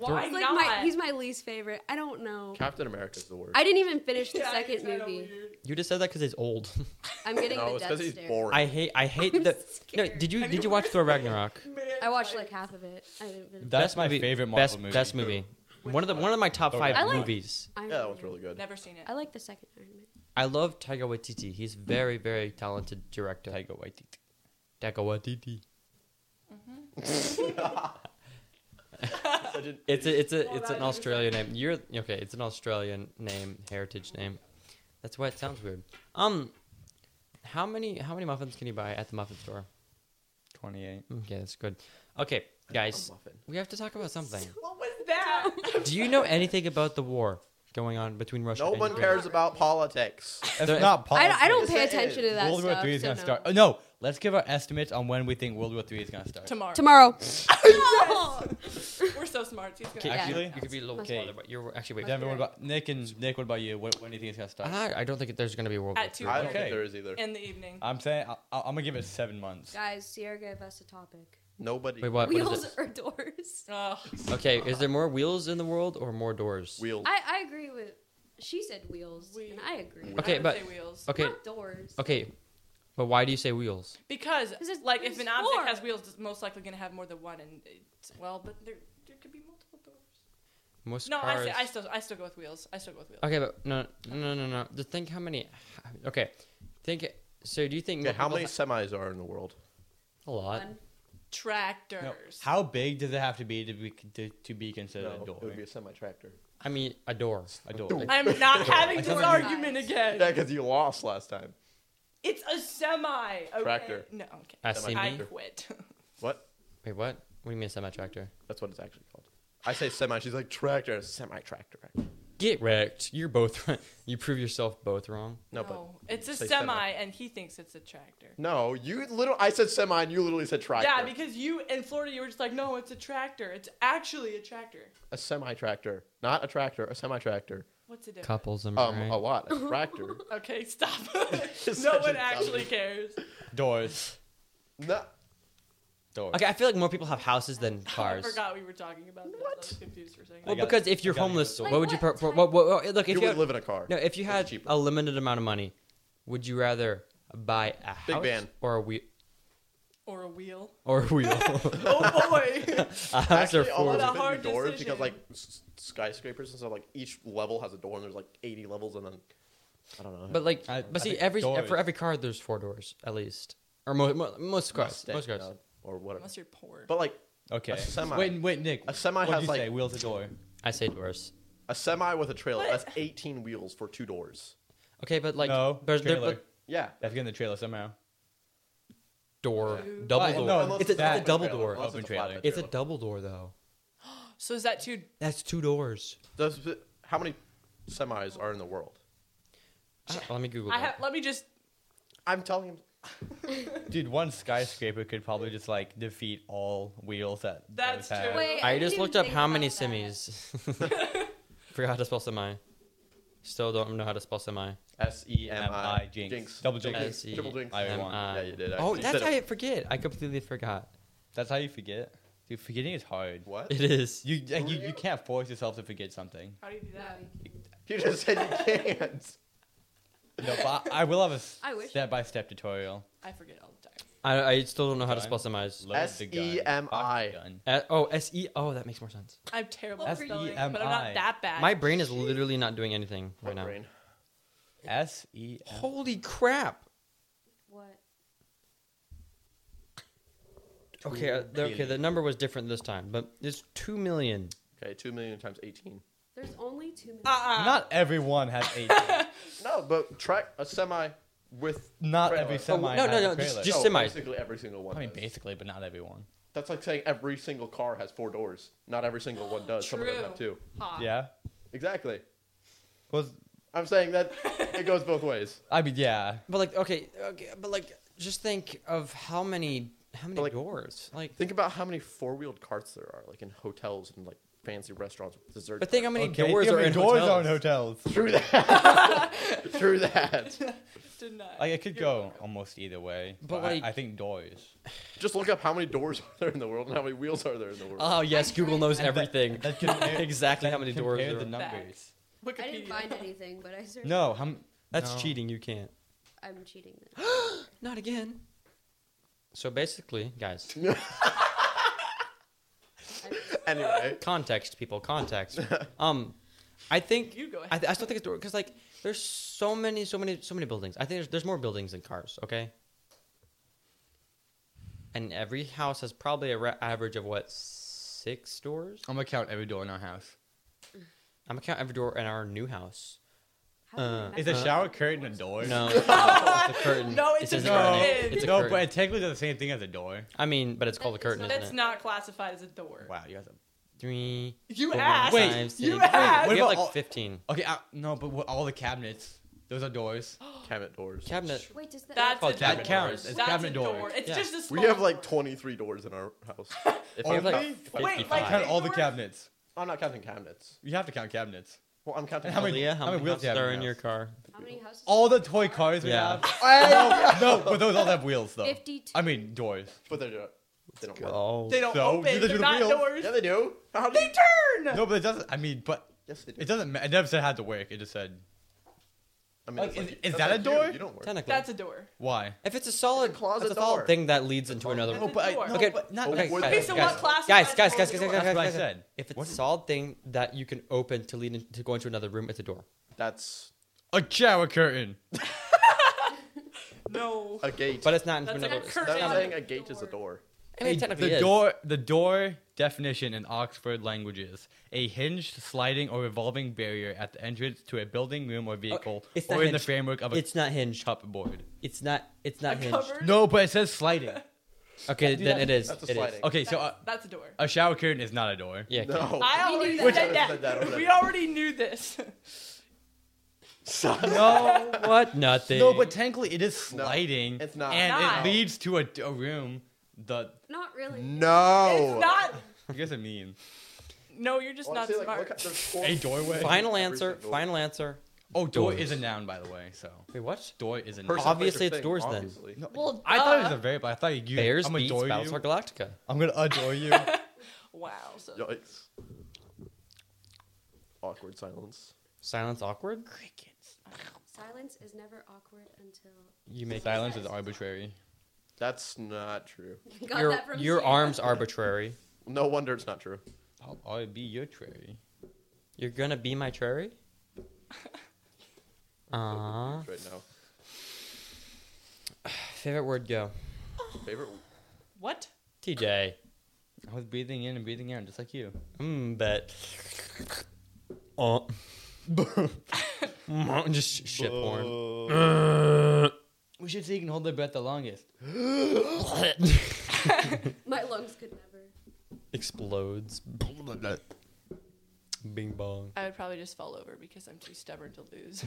Speaker 4: Why
Speaker 5: He's like
Speaker 4: not?
Speaker 5: my, he's my least favorite. I don't know.
Speaker 3: Captain America's the worst.
Speaker 5: I didn't even finish the
Speaker 4: Yeah,
Speaker 5: second
Speaker 4: it's kinda
Speaker 5: movie.
Speaker 4: weird.
Speaker 1: You just said that because it's old.
Speaker 5: I'm getting
Speaker 3: no,
Speaker 5: the
Speaker 3: it's
Speaker 5: death
Speaker 3: because he's
Speaker 5: stare.
Speaker 3: boring.
Speaker 1: I hate. I hate
Speaker 5: I'm
Speaker 1: the. No,
Speaker 5: scared.
Speaker 1: did you
Speaker 4: I
Speaker 1: did
Speaker 4: mean,
Speaker 1: you watch Thor Ragnawok?
Speaker 4: Man,
Speaker 5: I watched like half of it. I didn't finish.
Speaker 2: That's my
Speaker 1: movie-
Speaker 2: favorite Marvel
Speaker 1: best,
Speaker 2: movie.
Speaker 1: Best movie. One of the one of my top
Speaker 2: Thor
Speaker 1: five
Speaker 5: Ragnarok. I like-
Speaker 1: movies.
Speaker 5: Iron
Speaker 3: yeah, that
Speaker 5: Man.
Speaker 3: one's really good.
Speaker 4: Never seen it.
Speaker 5: I like the second Iron Man.
Speaker 1: I love Taika Waititi. He's very very talented director.
Speaker 2: Taika Waititi.
Speaker 1: Taika Waititi.
Speaker 3: Such an-
Speaker 1: It's a, it's a
Speaker 4: Well,
Speaker 1: it's
Speaker 4: that
Speaker 1: an
Speaker 4: is-
Speaker 1: Australian name. You're okay. It's an Australian name, heritage name. That's why it sounds weird. Um, how many how many muffins can you buy at the muffin store?
Speaker 2: 28.
Speaker 1: Okay, that's good. Okay, guys,
Speaker 3: A muffin.
Speaker 1: we have to talk about something.
Speaker 4: What was that?
Speaker 1: Do you know anything about the war going on between Russia?
Speaker 3: No
Speaker 1: and
Speaker 3: one
Speaker 1: Ukraine?
Speaker 3: cares about politics.
Speaker 2: It's
Speaker 1: So-
Speaker 2: not
Speaker 5: I,
Speaker 2: politics.
Speaker 5: I don't pay
Speaker 3: Yes, it
Speaker 5: attention to
Speaker 3: is.
Speaker 5: that
Speaker 2: Oh, World
Speaker 4: uh,
Speaker 5: stuff.
Speaker 2: War III is
Speaker 5: so
Speaker 2: going to
Speaker 5: no.
Speaker 2: start. Oh, no. Let's give our estimates on when we think World War III is going to start.
Speaker 4: Tomorrow.
Speaker 5: Tomorrow.
Speaker 4: We're so smart. He's
Speaker 1: Okay,
Speaker 4: gonna.
Speaker 5: Yeah.
Speaker 1: actually, you could be a little
Speaker 5: Okay.
Speaker 1: smaller, but you're actually wait. Ah,
Speaker 2: Denver, what about Nick and Nick? What about you? What, when do you think it's going to start?
Speaker 1: I, I don't think there's going to be a world.
Speaker 4: At
Speaker 1: War
Speaker 4: two-
Speaker 1: III.
Speaker 3: I don't
Speaker 2: Okay.
Speaker 3: think there is either.
Speaker 1: Uh,
Speaker 4: In the evening.
Speaker 2: I'm saying I, I, I'm going to give it seven months.
Speaker 5: Guys, Sierra gave us a topic.
Speaker 3: Nobody.
Speaker 1: Wait, what? What is
Speaker 5: Wheels
Speaker 1: it?
Speaker 5: or doors?
Speaker 1: Okay, is there more wheels in the world or more doors?
Speaker 3: Wheels.
Speaker 5: I, I agree with. She said wheels,
Speaker 4: We-
Speaker 5: and I agree.
Speaker 1: Okay,
Speaker 4: I would
Speaker 1: but-
Speaker 4: say wheels.
Speaker 1: Okay,
Speaker 5: Not doors.
Speaker 1: okay, but why do you say wheels?
Speaker 4: Because,
Speaker 5: 'Cause it's-
Speaker 4: like, if
Speaker 5: there's
Speaker 4: an object
Speaker 5: four.
Speaker 4: has wheels, it's most likely going to have more than one. And it's, well, but there there could be multiple doors.
Speaker 1: Most
Speaker 4: No, I,
Speaker 1: cars.
Speaker 4: say, I still I still go with wheels. I still go with wheels.
Speaker 1: Okay, but no, no, no, no. The think how many? Okay, think. So do you think?
Speaker 3: Okay, how
Speaker 1: multiple
Speaker 3: many semis are in the world?
Speaker 1: ti- A lot.
Speaker 5: One.
Speaker 4: Tractors.
Speaker 2: No. How big does it have to be to be to, to be considered
Speaker 3: No,
Speaker 2: a door?
Speaker 3: it would be a semi tractor.
Speaker 1: I mean, a door.
Speaker 2: A door.
Speaker 4: I'm not having
Speaker 2: I
Speaker 4: this
Speaker 2: told you.
Speaker 4: argument again.
Speaker 3: Yeah, because you lost last time.
Speaker 4: It's a semi. Okay?
Speaker 3: Tractor.
Speaker 4: No, okay.
Speaker 1: A
Speaker 3: Semi-
Speaker 1: semi.
Speaker 4: I
Speaker 3: Tractor.
Speaker 4: quit.
Speaker 3: What?
Speaker 1: Wait, what? What do you mean a semi tractor?
Speaker 3: That's what it's actually called. I say semi. She's like tractor. Semi tractor.
Speaker 1: Get wrecked. You're both. right. you prove yourself both wrong.
Speaker 3: No,
Speaker 4: no, it's a
Speaker 3: say
Speaker 4: semi,
Speaker 3: semi.
Speaker 4: and he thinks it's a tractor.
Speaker 3: but no. You literally. I said semi, and you literally said tractor.
Speaker 4: Yeah, because you in Florida, you were just like, no, it's a tractor. It's actually a tractor.
Speaker 3: a semi tractor, not a tractor. A semi tractor.
Speaker 4: What's the difference?
Speaker 1: Couples, am I
Speaker 3: Um,
Speaker 1: right?
Speaker 3: a lot. A tractor.
Speaker 4: Okay, stop.
Speaker 3: Such
Speaker 4: no
Speaker 3: a
Speaker 4: one
Speaker 3: dumb-
Speaker 4: actually cares.
Speaker 2: Doors.
Speaker 3: no.
Speaker 2: Doors.
Speaker 1: Okay, I feel like more people have houses than
Speaker 4: I
Speaker 1: cars.
Speaker 4: forgot we were talking about this. I
Speaker 3: What?
Speaker 4: was confused for a second.
Speaker 1: Well,
Speaker 2: I got-
Speaker 1: because if
Speaker 2: I
Speaker 1: you're
Speaker 2: gotta go
Speaker 1: homeless,
Speaker 2: to
Speaker 1: what
Speaker 5: the
Speaker 1: would you?
Speaker 5: store.
Speaker 1: Pro- what, what, what- look, if
Speaker 3: You
Speaker 1: you,
Speaker 3: would
Speaker 1: had-
Speaker 3: live in a car.
Speaker 1: no, if you
Speaker 3: It's
Speaker 1: had
Speaker 3: cheaper.
Speaker 1: a limited amount of money, would you rather buy a house
Speaker 3: Big van.
Speaker 1: or a wheel
Speaker 4: or a wheel.
Speaker 1: or a wheel?
Speaker 4: Oh boy.
Speaker 1: a house or
Speaker 3: Actually, all
Speaker 1: four?
Speaker 3: of
Speaker 4: What a
Speaker 3: them do
Speaker 4: hard
Speaker 3: doors
Speaker 4: decision.
Speaker 3: because like s- skyscrapers and stuff. Like each level has a door, and there's like 80 levels, and then I don't know.
Speaker 1: But like,
Speaker 2: I-
Speaker 1: but
Speaker 2: I
Speaker 1: see,
Speaker 2: think
Speaker 1: every
Speaker 2: doors.
Speaker 1: for every car, there's four doors at least, or mo- mo- most cars,
Speaker 3: Mustang,
Speaker 1: most cars.
Speaker 3: uh, or whatever.
Speaker 4: Unless you're poor.
Speaker 3: But like
Speaker 2: Okay.
Speaker 3: a semi.
Speaker 2: Wait, wait, Nick.
Speaker 3: A semi
Speaker 2: what'd
Speaker 3: has,
Speaker 2: you
Speaker 3: like-
Speaker 2: say? wheels a door.
Speaker 1: I say doors.
Speaker 3: A semi with a trailer.
Speaker 4: What?
Speaker 3: That's 18 wheels for two doors.
Speaker 1: Okay, but like,
Speaker 2: no.
Speaker 1: there's there-
Speaker 2: trailer.
Speaker 1: but
Speaker 3: Yeah.
Speaker 2: That's getting the trailer somehow.
Speaker 1: door,
Speaker 4: Two.
Speaker 1: double
Speaker 2: Why?
Speaker 1: door.
Speaker 2: No,
Speaker 1: it's, a, it's a
Speaker 2: that-
Speaker 1: double door.
Speaker 2: Open trailer.
Speaker 1: It's a double door though.
Speaker 4: so is that too?
Speaker 1: That's two doors.
Speaker 3: Does, how many semis are in the world?
Speaker 1: Uh, let me Google
Speaker 4: I
Speaker 1: that.
Speaker 4: have. Let me just.
Speaker 3: I'm telling him.
Speaker 2: Dude, one skyscraper could probably just like defeat all wheels that.
Speaker 4: That's
Speaker 2: those have.
Speaker 4: true.
Speaker 5: Wait,
Speaker 1: I
Speaker 5: didn't
Speaker 1: just
Speaker 5: even
Speaker 1: looked up
Speaker 5: think
Speaker 1: how
Speaker 5: about
Speaker 1: many
Speaker 5: that.
Speaker 1: semis. Forgot how to spell semi. Still don't know how to spell semi.
Speaker 3: S E M I.
Speaker 2: M.I. Jinx. Double jinx.
Speaker 3: Jinx. E
Speaker 1: S.E.
Speaker 3: Triple jinx.
Speaker 2: I
Speaker 1: M,
Speaker 2: want-
Speaker 1: I-
Speaker 3: Yeah, you did,
Speaker 1: Oh,
Speaker 3: actually.
Speaker 1: that's
Speaker 3: You
Speaker 1: how
Speaker 3: said
Speaker 1: I forget. I completely forgot.
Speaker 2: That's how you forget. Dude, forgetting is hard.
Speaker 3: What?
Speaker 1: It is.
Speaker 2: You like, you, you can't force yourself to forget something.
Speaker 4: How do you do that?
Speaker 3: You just said you can't.
Speaker 2: No, but I, I will have
Speaker 5: I
Speaker 2: a
Speaker 5: wish.
Speaker 2: step by step tutorial.
Speaker 4: I forget all the time.
Speaker 1: I, I still don't know how to spell
Speaker 2: Sorry.
Speaker 1: semis.
Speaker 2: Load the gun.
Speaker 3: S.E.M.I..
Speaker 2: Cock the gun.
Speaker 1: Uh, oh, S E. Oh, that makes more sense.
Speaker 4: I'm terrible
Speaker 2: That's
Speaker 4: at spelling,
Speaker 2: E-M-I.
Speaker 4: but I'm not that bad.
Speaker 1: My brain is literally not doing anything
Speaker 3: My
Speaker 1: right now.
Speaker 3: brain.
Speaker 2: S E M.
Speaker 1: Holy crap!
Speaker 5: What?
Speaker 1: Okay, uh, the, okay, the number was different this time, but it's two million.
Speaker 3: Okay, 2 million times 18.
Speaker 5: There's only two minutes.
Speaker 4: Uh-uh.
Speaker 2: Not everyone has eight.
Speaker 3: No, but track a semi with.
Speaker 2: Not
Speaker 3: trailer.
Speaker 2: every
Speaker 3: Oh,
Speaker 2: semi.
Speaker 1: no, no,
Speaker 2: has a
Speaker 1: no, just-
Speaker 2: trailer.
Speaker 1: just-
Speaker 3: no,
Speaker 1: semis.
Speaker 3: Basically, every single one.
Speaker 2: I mean,
Speaker 3: does.
Speaker 2: basically, but not everyone.
Speaker 3: That's like saying every single car has four doors. Not every single one does. Some of them
Speaker 4: True.
Speaker 3: have two.
Speaker 4: Ah.
Speaker 2: Yeah.
Speaker 3: Exactly.
Speaker 2: Was
Speaker 3: I'm saying that it goes both ways.
Speaker 2: I mean, yeah.
Speaker 1: But like, okay, okay, but like, just think of how many how many
Speaker 3: like-
Speaker 1: doors. Like,
Speaker 3: Think about how many four wheeled carts there are, like in hotels and like fancy restaurants with dessert.
Speaker 1: but think how many
Speaker 2: Okay.
Speaker 1: doors
Speaker 2: give
Speaker 1: are
Speaker 2: me
Speaker 1: in
Speaker 2: doors
Speaker 1: hotels.
Speaker 2: on hotels.
Speaker 3: through that. through that.
Speaker 4: Didn't I?
Speaker 2: Like it could go almost either way. But,
Speaker 1: like-
Speaker 2: I, I think doors.
Speaker 3: Just look up how many doors are there in the world and how many wheels are there in the world.
Speaker 1: Oh yes, Google knows
Speaker 2: And that-
Speaker 1: everything.
Speaker 2: that compare-
Speaker 1: exactly how many doors.
Speaker 2: Compare
Speaker 1: There.
Speaker 2: the
Speaker 1: are.
Speaker 2: numbers.
Speaker 4: Facts. Wikipedia.
Speaker 5: I didn't find anything, but I searched.
Speaker 2: No, how m-
Speaker 1: That's
Speaker 2: No.
Speaker 1: cheating. You can't.
Speaker 5: I'm cheating. Then.
Speaker 1: Not again. So basically, guys,
Speaker 3: anyway,
Speaker 1: context, people, context. um, I think
Speaker 4: You go
Speaker 1: I,
Speaker 4: ahead.
Speaker 1: th- I still think it's because like there's so many, so many, so many buildings. I think there's, there's more buildings than cars. Okay. And every house has probably a re- average of what six doors.
Speaker 2: I'm gonna count every door in our house.
Speaker 1: I'm gonna count every door in our new house.
Speaker 5: How do you
Speaker 1: Uh,
Speaker 5: remember
Speaker 2: Is a
Speaker 5: that?
Speaker 2: shower curtain a door?
Speaker 1: No, it's a curtain.
Speaker 4: No,
Speaker 1: It
Speaker 4: it's
Speaker 1: says
Speaker 4: a curtain.
Speaker 1: It's a
Speaker 2: no,
Speaker 1: curtain.
Speaker 2: but it technically does the same thing as a door.
Speaker 1: I mean, but it's called a
Speaker 5: That is
Speaker 1: curtain,
Speaker 5: not-
Speaker 1: isn't
Speaker 4: That's
Speaker 1: it?
Speaker 4: not classified as a door.
Speaker 2: Wow, you guys. Are...
Speaker 1: Three.
Speaker 4: You
Speaker 1: four, five,
Speaker 4: asked.
Speaker 2: Wait,
Speaker 1: six.
Speaker 4: you
Speaker 1: Wait, We
Speaker 2: What
Speaker 4: asked.
Speaker 1: have
Speaker 2: about
Speaker 1: like
Speaker 2: all-
Speaker 1: fifteen
Speaker 2: Okay, I, no, but what, all the cabinets, those are doors.
Speaker 3: cabinet doors.
Speaker 1: cabinet.
Speaker 5: Wait, does that?
Speaker 4: That's
Speaker 1: Oh,
Speaker 4: a
Speaker 1: that
Speaker 4: door.
Speaker 2: counts. It's
Speaker 4: That's
Speaker 2: cabinet
Speaker 4: a
Speaker 2: door.
Speaker 4: door. It's
Speaker 1: Yeah.
Speaker 4: just a small
Speaker 3: We have like
Speaker 4: door.
Speaker 3: 23 doors in our house.
Speaker 1: We
Speaker 3: If I'm,
Speaker 1: have like
Speaker 3: not,
Speaker 1: fifty-five.
Speaker 4: Wait, like-
Speaker 2: Count all the
Speaker 4: Doors?
Speaker 2: cabinets.
Speaker 3: I'm not counting cabinets.
Speaker 2: You have to count cabinets.
Speaker 3: Well, I'm counting.
Speaker 2: And how many-
Speaker 1: Leah, how
Speaker 2: how many
Speaker 1: many houses
Speaker 2: wheels do you have
Speaker 1: are
Speaker 2: in
Speaker 1: in
Speaker 2: your
Speaker 1: your car?
Speaker 5: How many houses?
Speaker 2: All the toy cars we
Speaker 1: Yeah.
Speaker 2: have. no, no, but those all have wheels though.
Speaker 5: 52.
Speaker 2: I mean doors.
Speaker 3: But they're They don't work.
Speaker 2: Oh,
Speaker 4: They don't
Speaker 2: so-
Speaker 4: open.
Speaker 2: They're the
Speaker 4: They're not
Speaker 2: wheels.
Speaker 4: doors.
Speaker 3: Yeah, they do. How do
Speaker 4: They
Speaker 3: you-
Speaker 4: turn.
Speaker 2: No, but it doesn't. I mean, but
Speaker 3: Yes, they do.
Speaker 2: it doesn't. ma- It never said it had to work. It just said
Speaker 3: I mean,
Speaker 2: Like,
Speaker 3: it's
Speaker 2: is- is
Speaker 3: that's
Speaker 2: that a
Speaker 3: you.
Speaker 2: door?
Speaker 3: You don't work.
Speaker 1: Technically,
Speaker 4: That's a door.
Speaker 2: why.
Speaker 1: if it's a solid,
Speaker 3: It's a closet
Speaker 1: that's a solid
Speaker 3: door.
Speaker 1: thing that leads into another.
Speaker 4: That's a
Speaker 2: but I-
Speaker 4: door.
Speaker 2: no,
Speaker 1: okay,
Speaker 2: but not-
Speaker 1: okay,
Speaker 3: Okay,
Speaker 1: guys,
Speaker 3: so
Speaker 1: guys,
Speaker 3: what
Speaker 4: classifies
Speaker 1: guys, guys, guys,
Speaker 4: a door?
Speaker 1: guys, guys,
Speaker 2: That's
Speaker 1: guys,
Speaker 2: what I
Speaker 1: guys.
Speaker 2: said.
Speaker 1: If it's
Speaker 2: What-
Speaker 1: a solid thing that you can open to lead in, to go into another room, it's a door.
Speaker 3: That's
Speaker 2: A shower curtain.
Speaker 4: No.
Speaker 3: a gate.
Speaker 1: But it's not into
Speaker 4: That's
Speaker 1: another.
Speaker 4: like a
Speaker 1: it's not-
Speaker 3: That's
Speaker 4: curtain. not
Speaker 3: not saying
Speaker 4: a
Speaker 3: a gate is a door.
Speaker 1: I mean,
Speaker 2: A-
Speaker 1: technically
Speaker 2: the
Speaker 1: it is.
Speaker 2: door the door definition in Oxford languages a hinged sliding or revolving barrier at the entrance to a building room or vehicle
Speaker 1: Oh, it's not
Speaker 2: or in the
Speaker 1: hinged.
Speaker 2: framework of a
Speaker 1: It's not hinged.
Speaker 2: cupboard
Speaker 1: It's not. It's
Speaker 4: A
Speaker 1: not hinged.
Speaker 4: cupboard.
Speaker 2: no but it says sliding
Speaker 1: Okay,
Speaker 2: Dude,
Speaker 1: then
Speaker 2: that-
Speaker 1: it is.
Speaker 3: that's a
Speaker 1: It is.
Speaker 3: sliding.
Speaker 2: okay
Speaker 4: That's,
Speaker 2: so uh, a,
Speaker 4: that's a door.
Speaker 2: a shower curtain is not a door
Speaker 1: Yeah. okay.
Speaker 3: No.
Speaker 4: I already
Speaker 5: neither.
Speaker 4: said
Speaker 3: Said
Speaker 4: that.
Speaker 3: that already.
Speaker 4: We already knew this.
Speaker 1: No. What? Nothing.
Speaker 2: no but technically it is sliding
Speaker 3: it's not.
Speaker 2: and it
Speaker 4: Not.
Speaker 2: leads to a, a room the
Speaker 5: Not really.
Speaker 3: No.
Speaker 4: It's not.
Speaker 2: I guess it means
Speaker 4: No, you're just not smart.
Speaker 2: a doorway
Speaker 1: Final
Speaker 3: Every
Speaker 1: answer.
Speaker 3: single-
Speaker 1: Final answer.
Speaker 2: oh door
Speaker 1: Doors.
Speaker 2: is a noun by the way so
Speaker 1: Wait, what?
Speaker 2: door is a noun
Speaker 1: Person- Obviously it's doors then.
Speaker 3: then.
Speaker 4: well,
Speaker 2: I thought it was
Speaker 4: duh.
Speaker 2: a verb but I thought you
Speaker 1: Bears
Speaker 2: I'm gonna
Speaker 1: beats
Speaker 2: adore
Speaker 1: Battlestar
Speaker 2: you
Speaker 1: Galactica.
Speaker 2: I'm gonna adore you
Speaker 4: wow. So
Speaker 3: Yikes. Awkward silence.
Speaker 1: Silence awkward.
Speaker 4: crickets.
Speaker 5: Silence is never awkward until.
Speaker 1: You make
Speaker 2: silence is arbitrary
Speaker 3: That's not true.
Speaker 5: Got
Speaker 1: your
Speaker 5: that from
Speaker 1: your
Speaker 5: Sierra.
Speaker 1: arms arbitrary.
Speaker 3: No wonder it's not true.
Speaker 2: I'll, I'll be your tray.
Speaker 1: You're gonna be my trary. Ah.
Speaker 3: Right now.
Speaker 1: Favorite word go.
Speaker 3: Favorite.
Speaker 4: What?
Speaker 1: TJ.
Speaker 2: I was breathing in and breathing out, just like you.
Speaker 1: Mmm. Bet. Uh. Mm, Just shit porn.
Speaker 2: We should see who can hold their breath the longest.
Speaker 5: My lungs could never.
Speaker 1: Explodes. Bing bong.
Speaker 4: I would probably just fall over because I'm too stubborn to lose.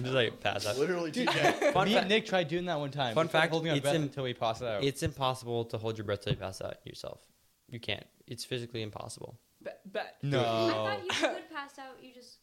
Speaker 1: Just like pass out.
Speaker 3: Literally, TJ.
Speaker 1: Fun
Speaker 2: Me
Speaker 1: fact-
Speaker 2: and Nick tried doing that one time.
Speaker 1: Fun
Speaker 2: We tried
Speaker 1: fact,
Speaker 2: holding our
Speaker 1: it's
Speaker 2: breath
Speaker 1: in-
Speaker 2: until we passed out.
Speaker 1: It's impossible to hold your breath till you pass out yourself. You can't. It's physically impossible.
Speaker 4: but, but
Speaker 5: I
Speaker 2: no,
Speaker 5: thought you
Speaker 1: Oh.
Speaker 5: would pass out. You just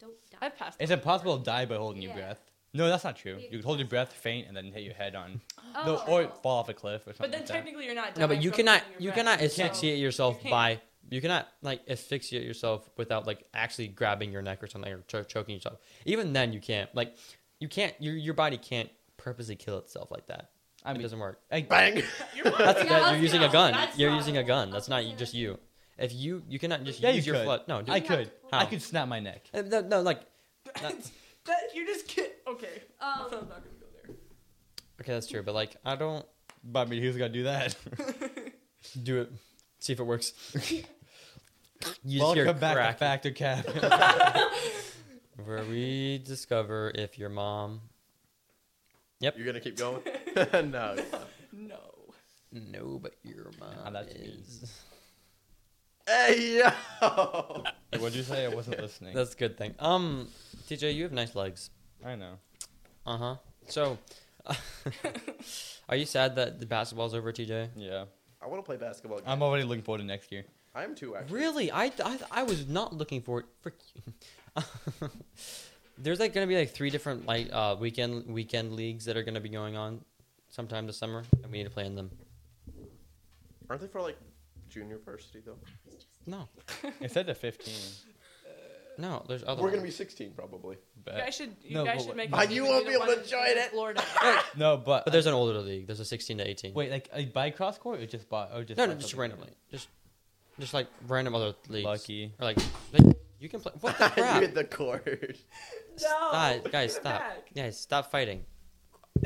Speaker 5: don't die.
Speaker 4: I've passed.
Speaker 2: it's impossible to die by holding your
Speaker 5: Yeah.
Speaker 2: breath. No, that's not true.
Speaker 5: You-
Speaker 2: You could hold your breath, faint, and then hit your head on,
Speaker 5: Oh,
Speaker 2: no, or fall off a cliff or something.
Speaker 4: But then
Speaker 2: like that.
Speaker 4: technically you're not.
Speaker 1: No, but
Speaker 4: dying
Speaker 1: you
Speaker 4: from
Speaker 1: cannot.
Speaker 4: holding your
Speaker 1: You cannot
Speaker 4: breath. So-
Speaker 1: asphyxiate yourself
Speaker 4: can't.
Speaker 1: by. You cannot like asphyxiate yourself without like actually grabbing your neck or something or cho- choking yourself. Even then, you can't. Like, you can't. Your your body can't purposely kill itself like that.
Speaker 2: I
Speaker 1: it
Speaker 2: mean-
Speaker 1: doesn't work.
Speaker 3: Bang.
Speaker 1: That's
Speaker 5: Yeah, I
Speaker 1: that,
Speaker 5: was
Speaker 1: you're using a
Speaker 5: gonna-
Speaker 1: gun.
Speaker 5: that's
Speaker 1: You're
Speaker 5: not-
Speaker 1: using a gun.
Speaker 5: I
Speaker 1: That's
Speaker 5: was
Speaker 1: not
Speaker 5: gonna
Speaker 1: just
Speaker 5: say
Speaker 1: you. If you you cannot just
Speaker 2: Yeah, you
Speaker 1: use your
Speaker 2: could.
Speaker 1: foot. No,
Speaker 2: I
Speaker 1: dude.
Speaker 5: have
Speaker 2: could,
Speaker 5: to
Speaker 2: I
Speaker 1: pull.
Speaker 2: could snap my neck.
Speaker 1: Uh, no, no, like. not-
Speaker 4: That you just get okay. I'm
Speaker 5: Um,
Speaker 4: not gonna go there.
Speaker 1: okay, that's true. But like, I don't
Speaker 2: But I mean, who's gonna do that?
Speaker 1: do it. See if it works. you just hear
Speaker 2: Welcome back
Speaker 1: crack.
Speaker 2: to Factor Cap.
Speaker 1: where we discover if your mom
Speaker 3: You're gonna keep going. no.
Speaker 4: No.
Speaker 1: no but your mom
Speaker 2: that's me.
Speaker 1: is
Speaker 3: Hey yo.
Speaker 2: What'd you say? I wasn't listening.
Speaker 1: that's a good thing um tj you have nice legs
Speaker 2: I know.
Speaker 1: uh-huh so are you sad that the basketball's over tj
Speaker 2: Yeah,
Speaker 3: I want to play basketball. Again.
Speaker 2: I'm already looking forward to next year.
Speaker 3: I'm too actually.
Speaker 1: really i i, I was not looking forward for there's like gonna be like three different like uh weekend weekend leagues that are gonna be going on sometime this summer and we need to play in them
Speaker 3: Aren't they for like junior varsity though?
Speaker 1: no
Speaker 2: It said the 15.
Speaker 1: no there's other
Speaker 3: We're gonna be
Speaker 1: ones.
Speaker 3: 16 probably.
Speaker 2: But,
Speaker 4: You guys should. You
Speaker 2: No,
Speaker 4: guys
Speaker 2: but
Speaker 4: should
Speaker 2: what-
Speaker 4: make.
Speaker 3: Ah,
Speaker 4: it so
Speaker 3: you
Speaker 4: we
Speaker 3: won't
Speaker 4: do
Speaker 3: be
Speaker 4: the
Speaker 3: able to
Speaker 4: ones
Speaker 3: join
Speaker 4: in
Speaker 3: it.
Speaker 4: Florida.
Speaker 2: no, but,
Speaker 1: but there's an older league there's a 16 to 18
Speaker 2: wait, like, like by cross court or just by or just
Speaker 1: No,
Speaker 2: by
Speaker 1: no, just
Speaker 2: something?
Speaker 1: randomly. Just, just like random other leagues.
Speaker 2: Lucky.
Speaker 1: Or like, like, you can play. What the
Speaker 3: you
Speaker 1: crap?
Speaker 3: hit the court.
Speaker 4: No.
Speaker 1: Guys, guys,
Speaker 4: Get
Speaker 1: stop.
Speaker 4: back.
Speaker 1: Guys, stop fighting.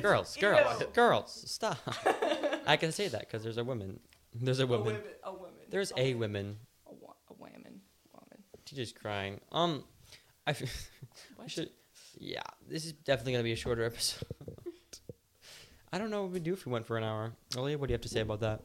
Speaker 1: Girls,
Speaker 4: Ew.
Speaker 1: girls, girls, stop. I can say that because there's a woman. There's a
Speaker 4: A
Speaker 1: woman.
Speaker 4: woman. A woman.
Speaker 1: There's a women.
Speaker 4: A, wa- a woman. Woman.
Speaker 1: TJ's crying. Um, I f- we
Speaker 4: What?
Speaker 1: should. Yeah, this is definitely gonna be a shorter episode. I don't know what we'd do if we went for an hour. Olivia, what do you have to say about that?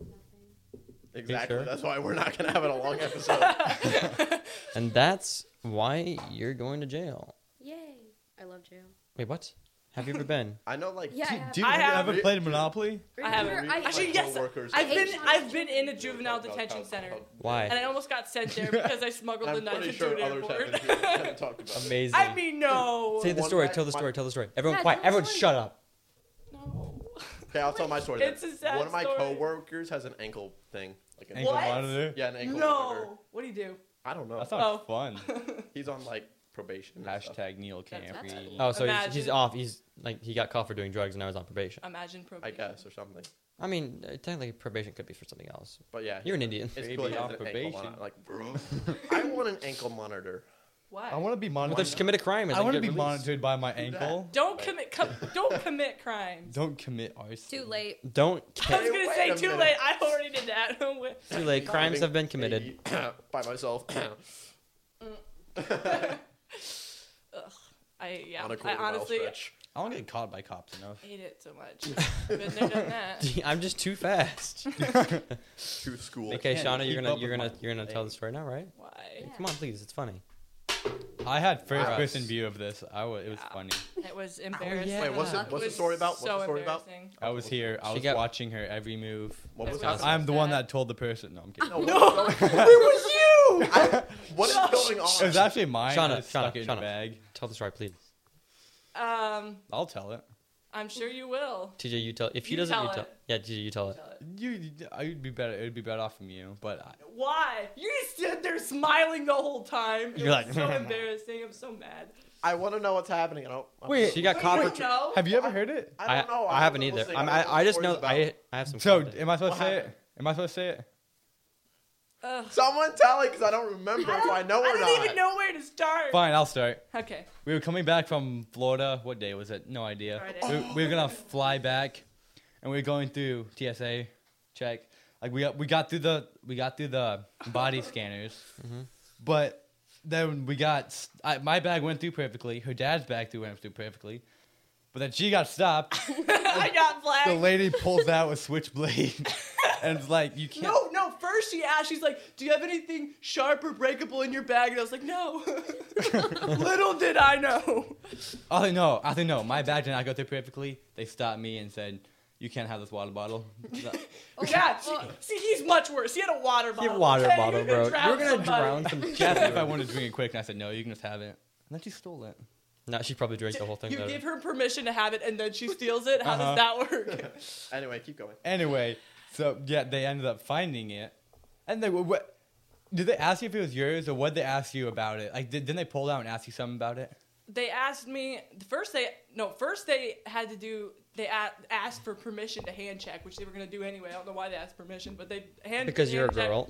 Speaker 5: nothing.
Speaker 3: Exactly.
Speaker 1: sure?
Speaker 3: That's why we're not gonna have it a long episode.
Speaker 1: And that's why you're going to jail.
Speaker 5: Yay! I love jail.
Speaker 1: Wait, what? Have you ever been?
Speaker 3: I know, like.
Speaker 5: Yeah, I have.
Speaker 2: Dude,
Speaker 4: I
Speaker 2: have
Speaker 4: have-
Speaker 2: you ever played Monopoly?
Speaker 4: I have-
Speaker 5: Remember,
Speaker 3: I-
Speaker 4: Actually, yes.
Speaker 3: coworkers-
Speaker 4: I've
Speaker 5: I
Speaker 4: been.
Speaker 5: hate
Speaker 4: I've
Speaker 5: shots.
Speaker 4: been in a juvenile detention center,
Speaker 1: Why?
Speaker 4: and I almost got sent there because I smuggled the
Speaker 3: I'm
Speaker 4: knife
Speaker 3: pretty
Speaker 4: into
Speaker 3: sure
Speaker 4: an
Speaker 3: others haven't,
Speaker 4: airport.
Speaker 3: haven't talked about it.
Speaker 1: Amazing.
Speaker 4: I mean, no.
Speaker 1: Say the
Speaker 3: One
Speaker 1: story.
Speaker 3: back-
Speaker 1: Tell the story.
Speaker 3: one-
Speaker 1: Tell the story. Everyone
Speaker 5: Yeah,
Speaker 1: quiet.
Speaker 5: tell the
Speaker 1: Everyone
Speaker 5: story.
Speaker 1: shut up.
Speaker 4: No.
Speaker 3: Okay, I'll tell my story.
Speaker 4: It's
Speaker 3: then.
Speaker 4: a sad
Speaker 3: One of my
Speaker 4: story.
Speaker 3: coworkers has an ankle thing. Like an
Speaker 2: Ankle
Speaker 4: What?
Speaker 2: monitor.
Speaker 3: Yeah, an ankle. monitor.
Speaker 4: No. What do you do?
Speaker 3: I don't know.
Speaker 2: That sounds
Speaker 4: Oh.
Speaker 2: fun.
Speaker 3: He's on like probation. and stuff.
Speaker 8: Hashtag Neil
Speaker 5: That's- that's
Speaker 8: Campy.
Speaker 5: cool.
Speaker 1: Oh, so he's, he's
Speaker 4: Imagine.
Speaker 1: off. He's like he got caught for doing drugs and now he's on probation.
Speaker 4: Imagine probation.
Speaker 3: I guess or something.
Speaker 1: I mean, uh, technically probation could be for something else.
Speaker 3: But yeah,
Speaker 1: You're an Indian.
Speaker 3: it's
Speaker 2: Baby
Speaker 3: cool. He has
Speaker 2: on
Speaker 3: an ankle
Speaker 2: probation.
Speaker 3: monitor. Like, bro, I want an ankle monitor.
Speaker 4: Why?
Speaker 1: Oh.
Speaker 2: I want to be
Speaker 1: Well,
Speaker 2: monitored.
Speaker 1: they just commit a crime. And
Speaker 2: I
Speaker 1: then
Speaker 2: want to
Speaker 1: get
Speaker 2: be
Speaker 1: released.
Speaker 2: monitored by my
Speaker 3: Do that.
Speaker 2: ankle.
Speaker 4: Don't commit. Com- don't commit crimes.
Speaker 2: Don't commit arson.
Speaker 5: Too late.
Speaker 1: Don't care.
Speaker 4: I was
Speaker 3: Hey,
Speaker 4: gonna
Speaker 3: wait
Speaker 4: say
Speaker 3: a
Speaker 4: too
Speaker 3: minute.
Speaker 4: late. I already did that. Wait.
Speaker 1: Too late. Crimes
Speaker 3: Driving
Speaker 1: have been committed.
Speaker 3: a- by myself.
Speaker 4: Ugh. I yeah.
Speaker 3: on a quarter
Speaker 4: I
Speaker 3: mile
Speaker 4: honestly
Speaker 3: stretch.
Speaker 2: I want to get caught by cops enough.
Speaker 4: hate it so much. Been there, done that.
Speaker 1: I'm just too fast.
Speaker 3: to school.
Speaker 1: okay,
Speaker 2: can't
Speaker 1: Shauna,
Speaker 2: keep
Speaker 1: you're gonna
Speaker 2: up
Speaker 1: you're
Speaker 2: with
Speaker 1: gonna
Speaker 2: my
Speaker 1: you're gonna tell the
Speaker 2: legs.
Speaker 1: story now, right?
Speaker 4: Why?
Speaker 5: Yeah.
Speaker 1: Come on, please. It's funny.
Speaker 2: I had first
Speaker 1: Wow.
Speaker 2: person view of this. I was, it was
Speaker 4: Wow.
Speaker 2: funny.
Speaker 4: It was embarrassing.
Speaker 1: yeah. Wait,
Speaker 3: what's
Speaker 5: it-
Speaker 4: It
Speaker 5: what's the
Speaker 4: was
Speaker 3: story about? What's
Speaker 4: so
Speaker 3: the story about?
Speaker 4: embarrassing.
Speaker 2: I was here. I
Speaker 1: She
Speaker 2: was
Speaker 1: got-
Speaker 2: watching her every move.
Speaker 3: What was
Speaker 4: It was-
Speaker 3: happening?
Speaker 2: I'm the one
Speaker 4: Sad.
Speaker 2: that told the person. No, I'm kidding.
Speaker 3: No, What is going
Speaker 2: It
Speaker 3: on?
Speaker 2: was actually mine.
Speaker 1: Shauna,
Speaker 2: I just stuck
Speaker 1: Shauna,
Speaker 2: it in
Speaker 1: Shauna.
Speaker 2: a bag.
Speaker 1: Tell the story, please.
Speaker 4: Um,
Speaker 2: I'll tell it.
Speaker 4: I'm sure you will.
Speaker 1: TJ, you tell. If he
Speaker 4: You
Speaker 1: doesn't,
Speaker 4: tell
Speaker 1: you tell.
Speaker 4: it.
Speaker 1: Yeah, TJ, you tell it.
Speaker 2: You, you- I'd be better. It would be better off from you. But I,
Speaker 4: Why? You stood there smiling the whole time. It
Speaker 1: You're
Speaker 4: was
Speaker 1: like-
Speaker 4: so embarrassing. I'm so mad.
Speaker 3: I want to know what's happening. I don't. I'm-
Speaker 2: Wait,
Speaker 1: She got
Speaker 4: Wait,
Speaker 1: caught
Speaker 4: wait,
Speaker 1: for. tr-
Speaker 4: no.
Speaker 2: have you ever heard it?
Speaker 3: I don't know.
Speaker 1: I haven't
Speaker 3: wasn't
Speaker 1: either.
Speaker 3: listening.
Speaker 1: I'm,
Speaker 3: don't know
Speaker 1: I, I
Speaker 3: what
Speaker 1: just
Speaker 3: the
Speaker 1: know.
Speaker 3: story's
Speaker 1: I
Speaker 3: about.
Speaker 1: I have some.
Speaker 2: So,
Speaker 1: context.
Speaker 2: am I supposed to
Speaker 3: What
Speaker 2: say
Speaker 3: happened?
Speaker 2: it? Am I supposed to say it?
Speaker 4: Ugh.
Speaker 3: Someone tell it because I don't remember if I know or
Speaker 4: I
Speaker 3: not.
Speaker 4: don't even know where to start.
Speaker 2: Fine, I'll start.
Speaker 4: Okay.
Speaker 2: We were coming back from Florida. What day was it? No idea.
Speaker 4: Friday.
Speaker 2: We, we were gonna fly back, and we were going through TSA check. Like we got, we got through the we got through the body scanners, but then we got s I my bag went through perfectly. Her dad's bag through went through perfectly, but then she got stopped.
Speaker 4: I got
Speaker 2: the
Speaker 4: flagged.
Speaker 2: lady pulls out a switchblade, and it's like you can't.
Speaker 4: No, no. First she asked, she's like, "Do you have anything sharp or breakable in your bag?" And I was like, "No." Little did I know.
Speaker 2: Oh no! I think no. My bag did not go through perfectly. They stopped me and said, "You can't have this water bottle."
Speaker 4: yeah. She, see, he's much worse. He had a water bottle.
Speaker 1: Your water
Speaker 4: okay?
Speaker 1: bottle,
Speaker 4: You're
Speaker 1: bro.
Speaker 4: gonna drown
Speaker 1: You're gonna
Speaker 4: somebody.
Speaker 1: drown some
Speaker 2: She asked me if I
Speaker 1: cat.
Speaker 2: wanted to drink it quick, and I said no. You can just have it. And then she stole it.
Speaker 1: no, she probably drank the whole thing.
Speaker 4: You
Speaker 1: though.
Speaker 4: give her permission to have it, and then she steals it. How does
Speaker 2: Uh-huh.
Speaker 4: that work?
Speaker 3: Anyway, keep
Speaker 4: Uh,
Speaker 3: going.
Speaker 2: Anyway, so yeah, they ended up finding it, and they were what? Did they ask you if it was yours, or what they ask you about it? Like, did, didn't they pull out and ask you something about it?
Speaker 4: they asked me first. They no, first they had to do. They a- asked for permission to hand check, which they were gonna do anyway. I don't know why they asked permission, but they hand
Speaker 1: because you're a
Speaker 4: hand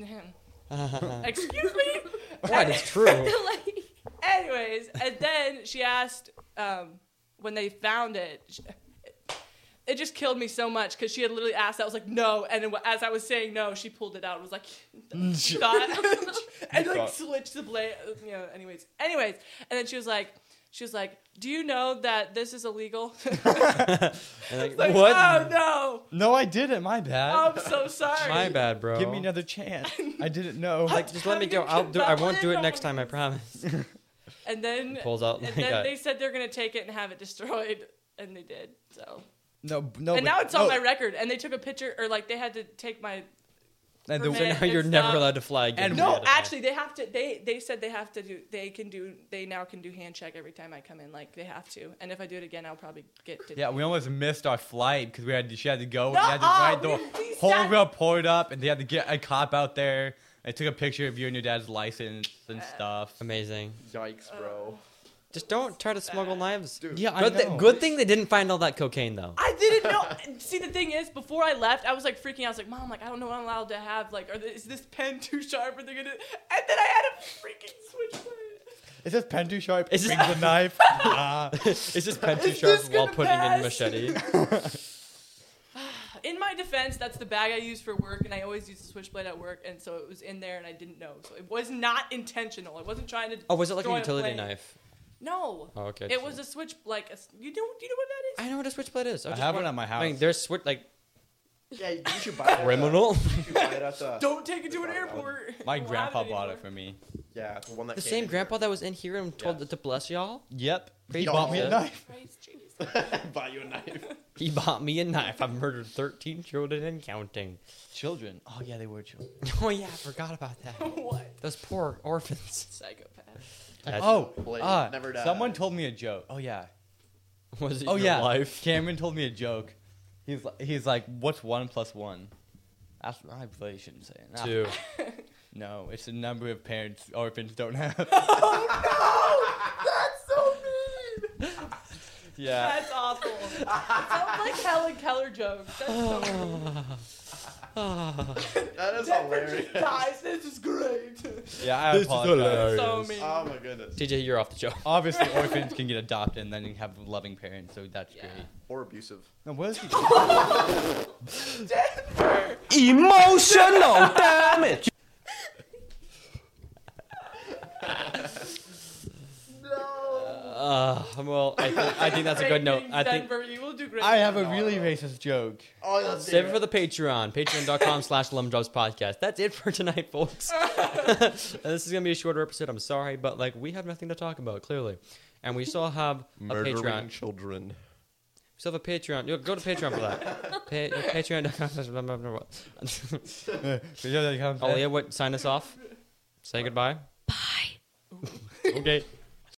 Speaker 4: check-
Speaker 1: girl.
Speaker 4: Excuse me.
Speaker 1: What? It's true.
Speaker 5: like,
Speaker 4: Anyways, and then she asked um, when they found it. sh it just killed me so much because she had literally asked. I was like, no, and then as I was saying no, she pulled it out. and Was like, shot, and like
Speaker 2: Shot.
Speaker 4: switched the blade. You know. Anyways, anyways, and then she was like, she was like, do you know that this is illegal?
Speaker 1: And like,
Speaker 4: like,
Speaker 1: what?
Speaker 4: Oh no,
Speaker 2: No, I didn't. My bad.
Speaker 4: I'm so sorry.
Speaker 1: My bad,
Speaker 4: Um,
Speaker 1: bro.
Speaker 2: Give me another chance. I didn't know.
Speaker 1: Like, just let me go. I'll do. I won't do it next time. I promise.
Speaker 4: And then,
Speaker 1: Pulls out.
Speaker 4: and
Speaker 1: Like
Speaker 4: then
Speaker 1: a,
Speaker 4: they said they're gonna take it and have it destroyed, and they did. So.
Speaker 2: no, b- no. but-
Speaker 4: and now it's on
Speaker 2: no.
Speaker 4: my record. And they took a picture, or like they had to take my.
Speaker 2: And
Speaker 1: so
Speaker 2: the-
Speaker 4: permit.
Speaker 1: now you're
Speaker 4: it's
Speaker 1: never
Speaker 4: not-
Speaker 1: allowed to fly again.
Speaker 2: And
Speaker 1: Yeah,
Speaker 4: No,
Speaker 1: that's right.
Speaker 4: actually, they have to. They they said they have to do. They can do. They now can do hand check every time I come in. Like they have to. And if I do it again, I'll probably get. To,
Speaker 2: Yeah, we almost missed our flight because we had to, she had to go. and
Speaker 4: No,
Speaker 2: we had to
Speaker 4: uh,
Speaker 2: ride the
Speaker 4: we- we
Speaker 2: whole
Speaker 4: sat-
Speaker 2: girl poured up, and they had to get a cop out there. and took a picture of you and your dad's license
Speaker 4: Uh,
Speaker 2: and stuff.
Speaker 1: amazing.
Speaker 3: Yikes, bro.
Speaker 1: Just don't try to smuggle knives.
Speaker 3: Dude.
Speaker 2: Yeah, I
Speaker 1: Good, thi-
Speaker 2: know.
Speaker 1: good thing they didn't find all that cocaine though.
Speaker 4: I didn't know. See, the thing is, before I left, I was like freaking out. I was like, "Mom, like I don't know what I'm allowed to have. Like, are th- is this pen too sharp? Are they gonna?" And then I had a freaking switchblade.
Speaker 2: Is this pen too sharp?
Speaker 1: Is
Speaker 2: Is
Speaker 1: this-
Speaker 2: this the knife? Nah.
Speaker 1: It's just pen too
Speaker 4: Is
Speaker 1: sharp
Speaker 4: this
Speaker 1: while
Speaker 4: gonna
Speaker 1: putting in
Speaker 4: pass?
Speaker 1: machete.
Speaker 4: In my defense, that's the bag I use for work, and I always use the switchblade at work, and so it was in there, and I didn't know. So it was not intentional. I wasn't trying to.
Speaker 1: Oh, was it like a
Speaker 4: destroy
Speaker 1: utility
Speaker 4: plane.
Speaker 1: knife?
Speaker 4: No.
Speaker 1: Oh, okay.
Speaker 4: It was a switch, like a, s- you know, do you know what that
Speaker 1: I know what a switchblade is.
Speaker 2: I
Speaker 1: just
Speaker 2: have
Speaker 1: want-
Speaker 2: one at my house.
Speaker 1: I mean, there's switch like
Speaker 3: Yeah, you should buy it. at the-
Speaker 1: criminal.
Speaker 3: You should buy uh, it at the.
Speaker 4: is? Don't take it to an
Speaker 3: Wow.
Speaker 4: airport.
Speaker 2: My
Speaker 4: Don't have
Speaker 2: grandpa bought
Speaker 4: anymore.
Speaker 2: it for me.
Speaker 3: Yeah, it's the one that.
Speaker 1: the
Speaker 3: came
Speaker 1: same
Speaker 3: in
Speaker 1: grandpa that was in here and told
Speaker 3: Yes.
Speaker 1: to bless y'all.
Speaker 2: Yep. He
Speaker 1: Y'all.
Speaker 2: bought me a knife.
Speaker 4: Praise Jesus.
Speaker 3: here. buy you a knife.
Speaker 1: He bought me a knife. I've murdered 13 children and counting.
Speaker 2: Children. Oh yeah, they were children.
Speaker 1: Oh yeah, I forgot about that.
Speaker 4: what?
Speaker 1: Those poor orphans.
Speaker 4: Psychopath.
Speaker 1: That's- Oh,
Speaker 2: oh,
Speaker 3: Blade
Speaker 2: ah,
Speaker 3: never died.
Speaker 2: someone told me a joke. Oh yeah.
Speaker 1: was it
Speaker 2: Oh
Speaker 1: your
Speaker 2: yeah.
Speaker 1: life?
Speaker 2: Cameron told me a joke. He's li- he's like, what's one plus one? That's, I really shouldn't say it. Nah.
Speaker 1: Two.
Speaker 2: No, it's the number of parents orphans don't have.
Speaker 3: Oh
Speaker 2: yeah.
Speaker 4: That's awful. It sounds like Helen Keller jokes. That's so cool.
Speaker 3: That is hilarious.
Speaker 4: Guys, this is great.
Speaker 2: Yeah, I apologize.
Speaker 4: so mean.
Speaker 3: Oh my goodness.
Speaker 1: TJ, you're off the show.
Speaker 2: Obviously, orphans can get adopted and then you have loving parents, so that's
Speaker 4: Yeah.
Speaker 2: great.
Speaker 3: Or abusive.
Speaker 2: No, what is he
Speaker 6: Emotional damage.
Speaker 3: Oh,
Speaker 1: Uh, well, I, th- I think that's a good note. I think
Speaker 4: Denver, you will do great.
Speaker 2: I have a really racist joke.
Speaker 3: Oh, that's
Speaker 1: save it for the Patreon. Patreon.com slash Lumdrops Podcast. That's it for tonight, folks. this is going to be a shorter episode. I'm sorry, but like we have nothing to talk about, clearly. And we still have a Patreon.
Speaker 3: children.
Speaker 1: So have a Patreon. You go to Patreon for that. pa- Patreon.com. oh yeah, what? Sign us off. Say goodbye. Bye. okay.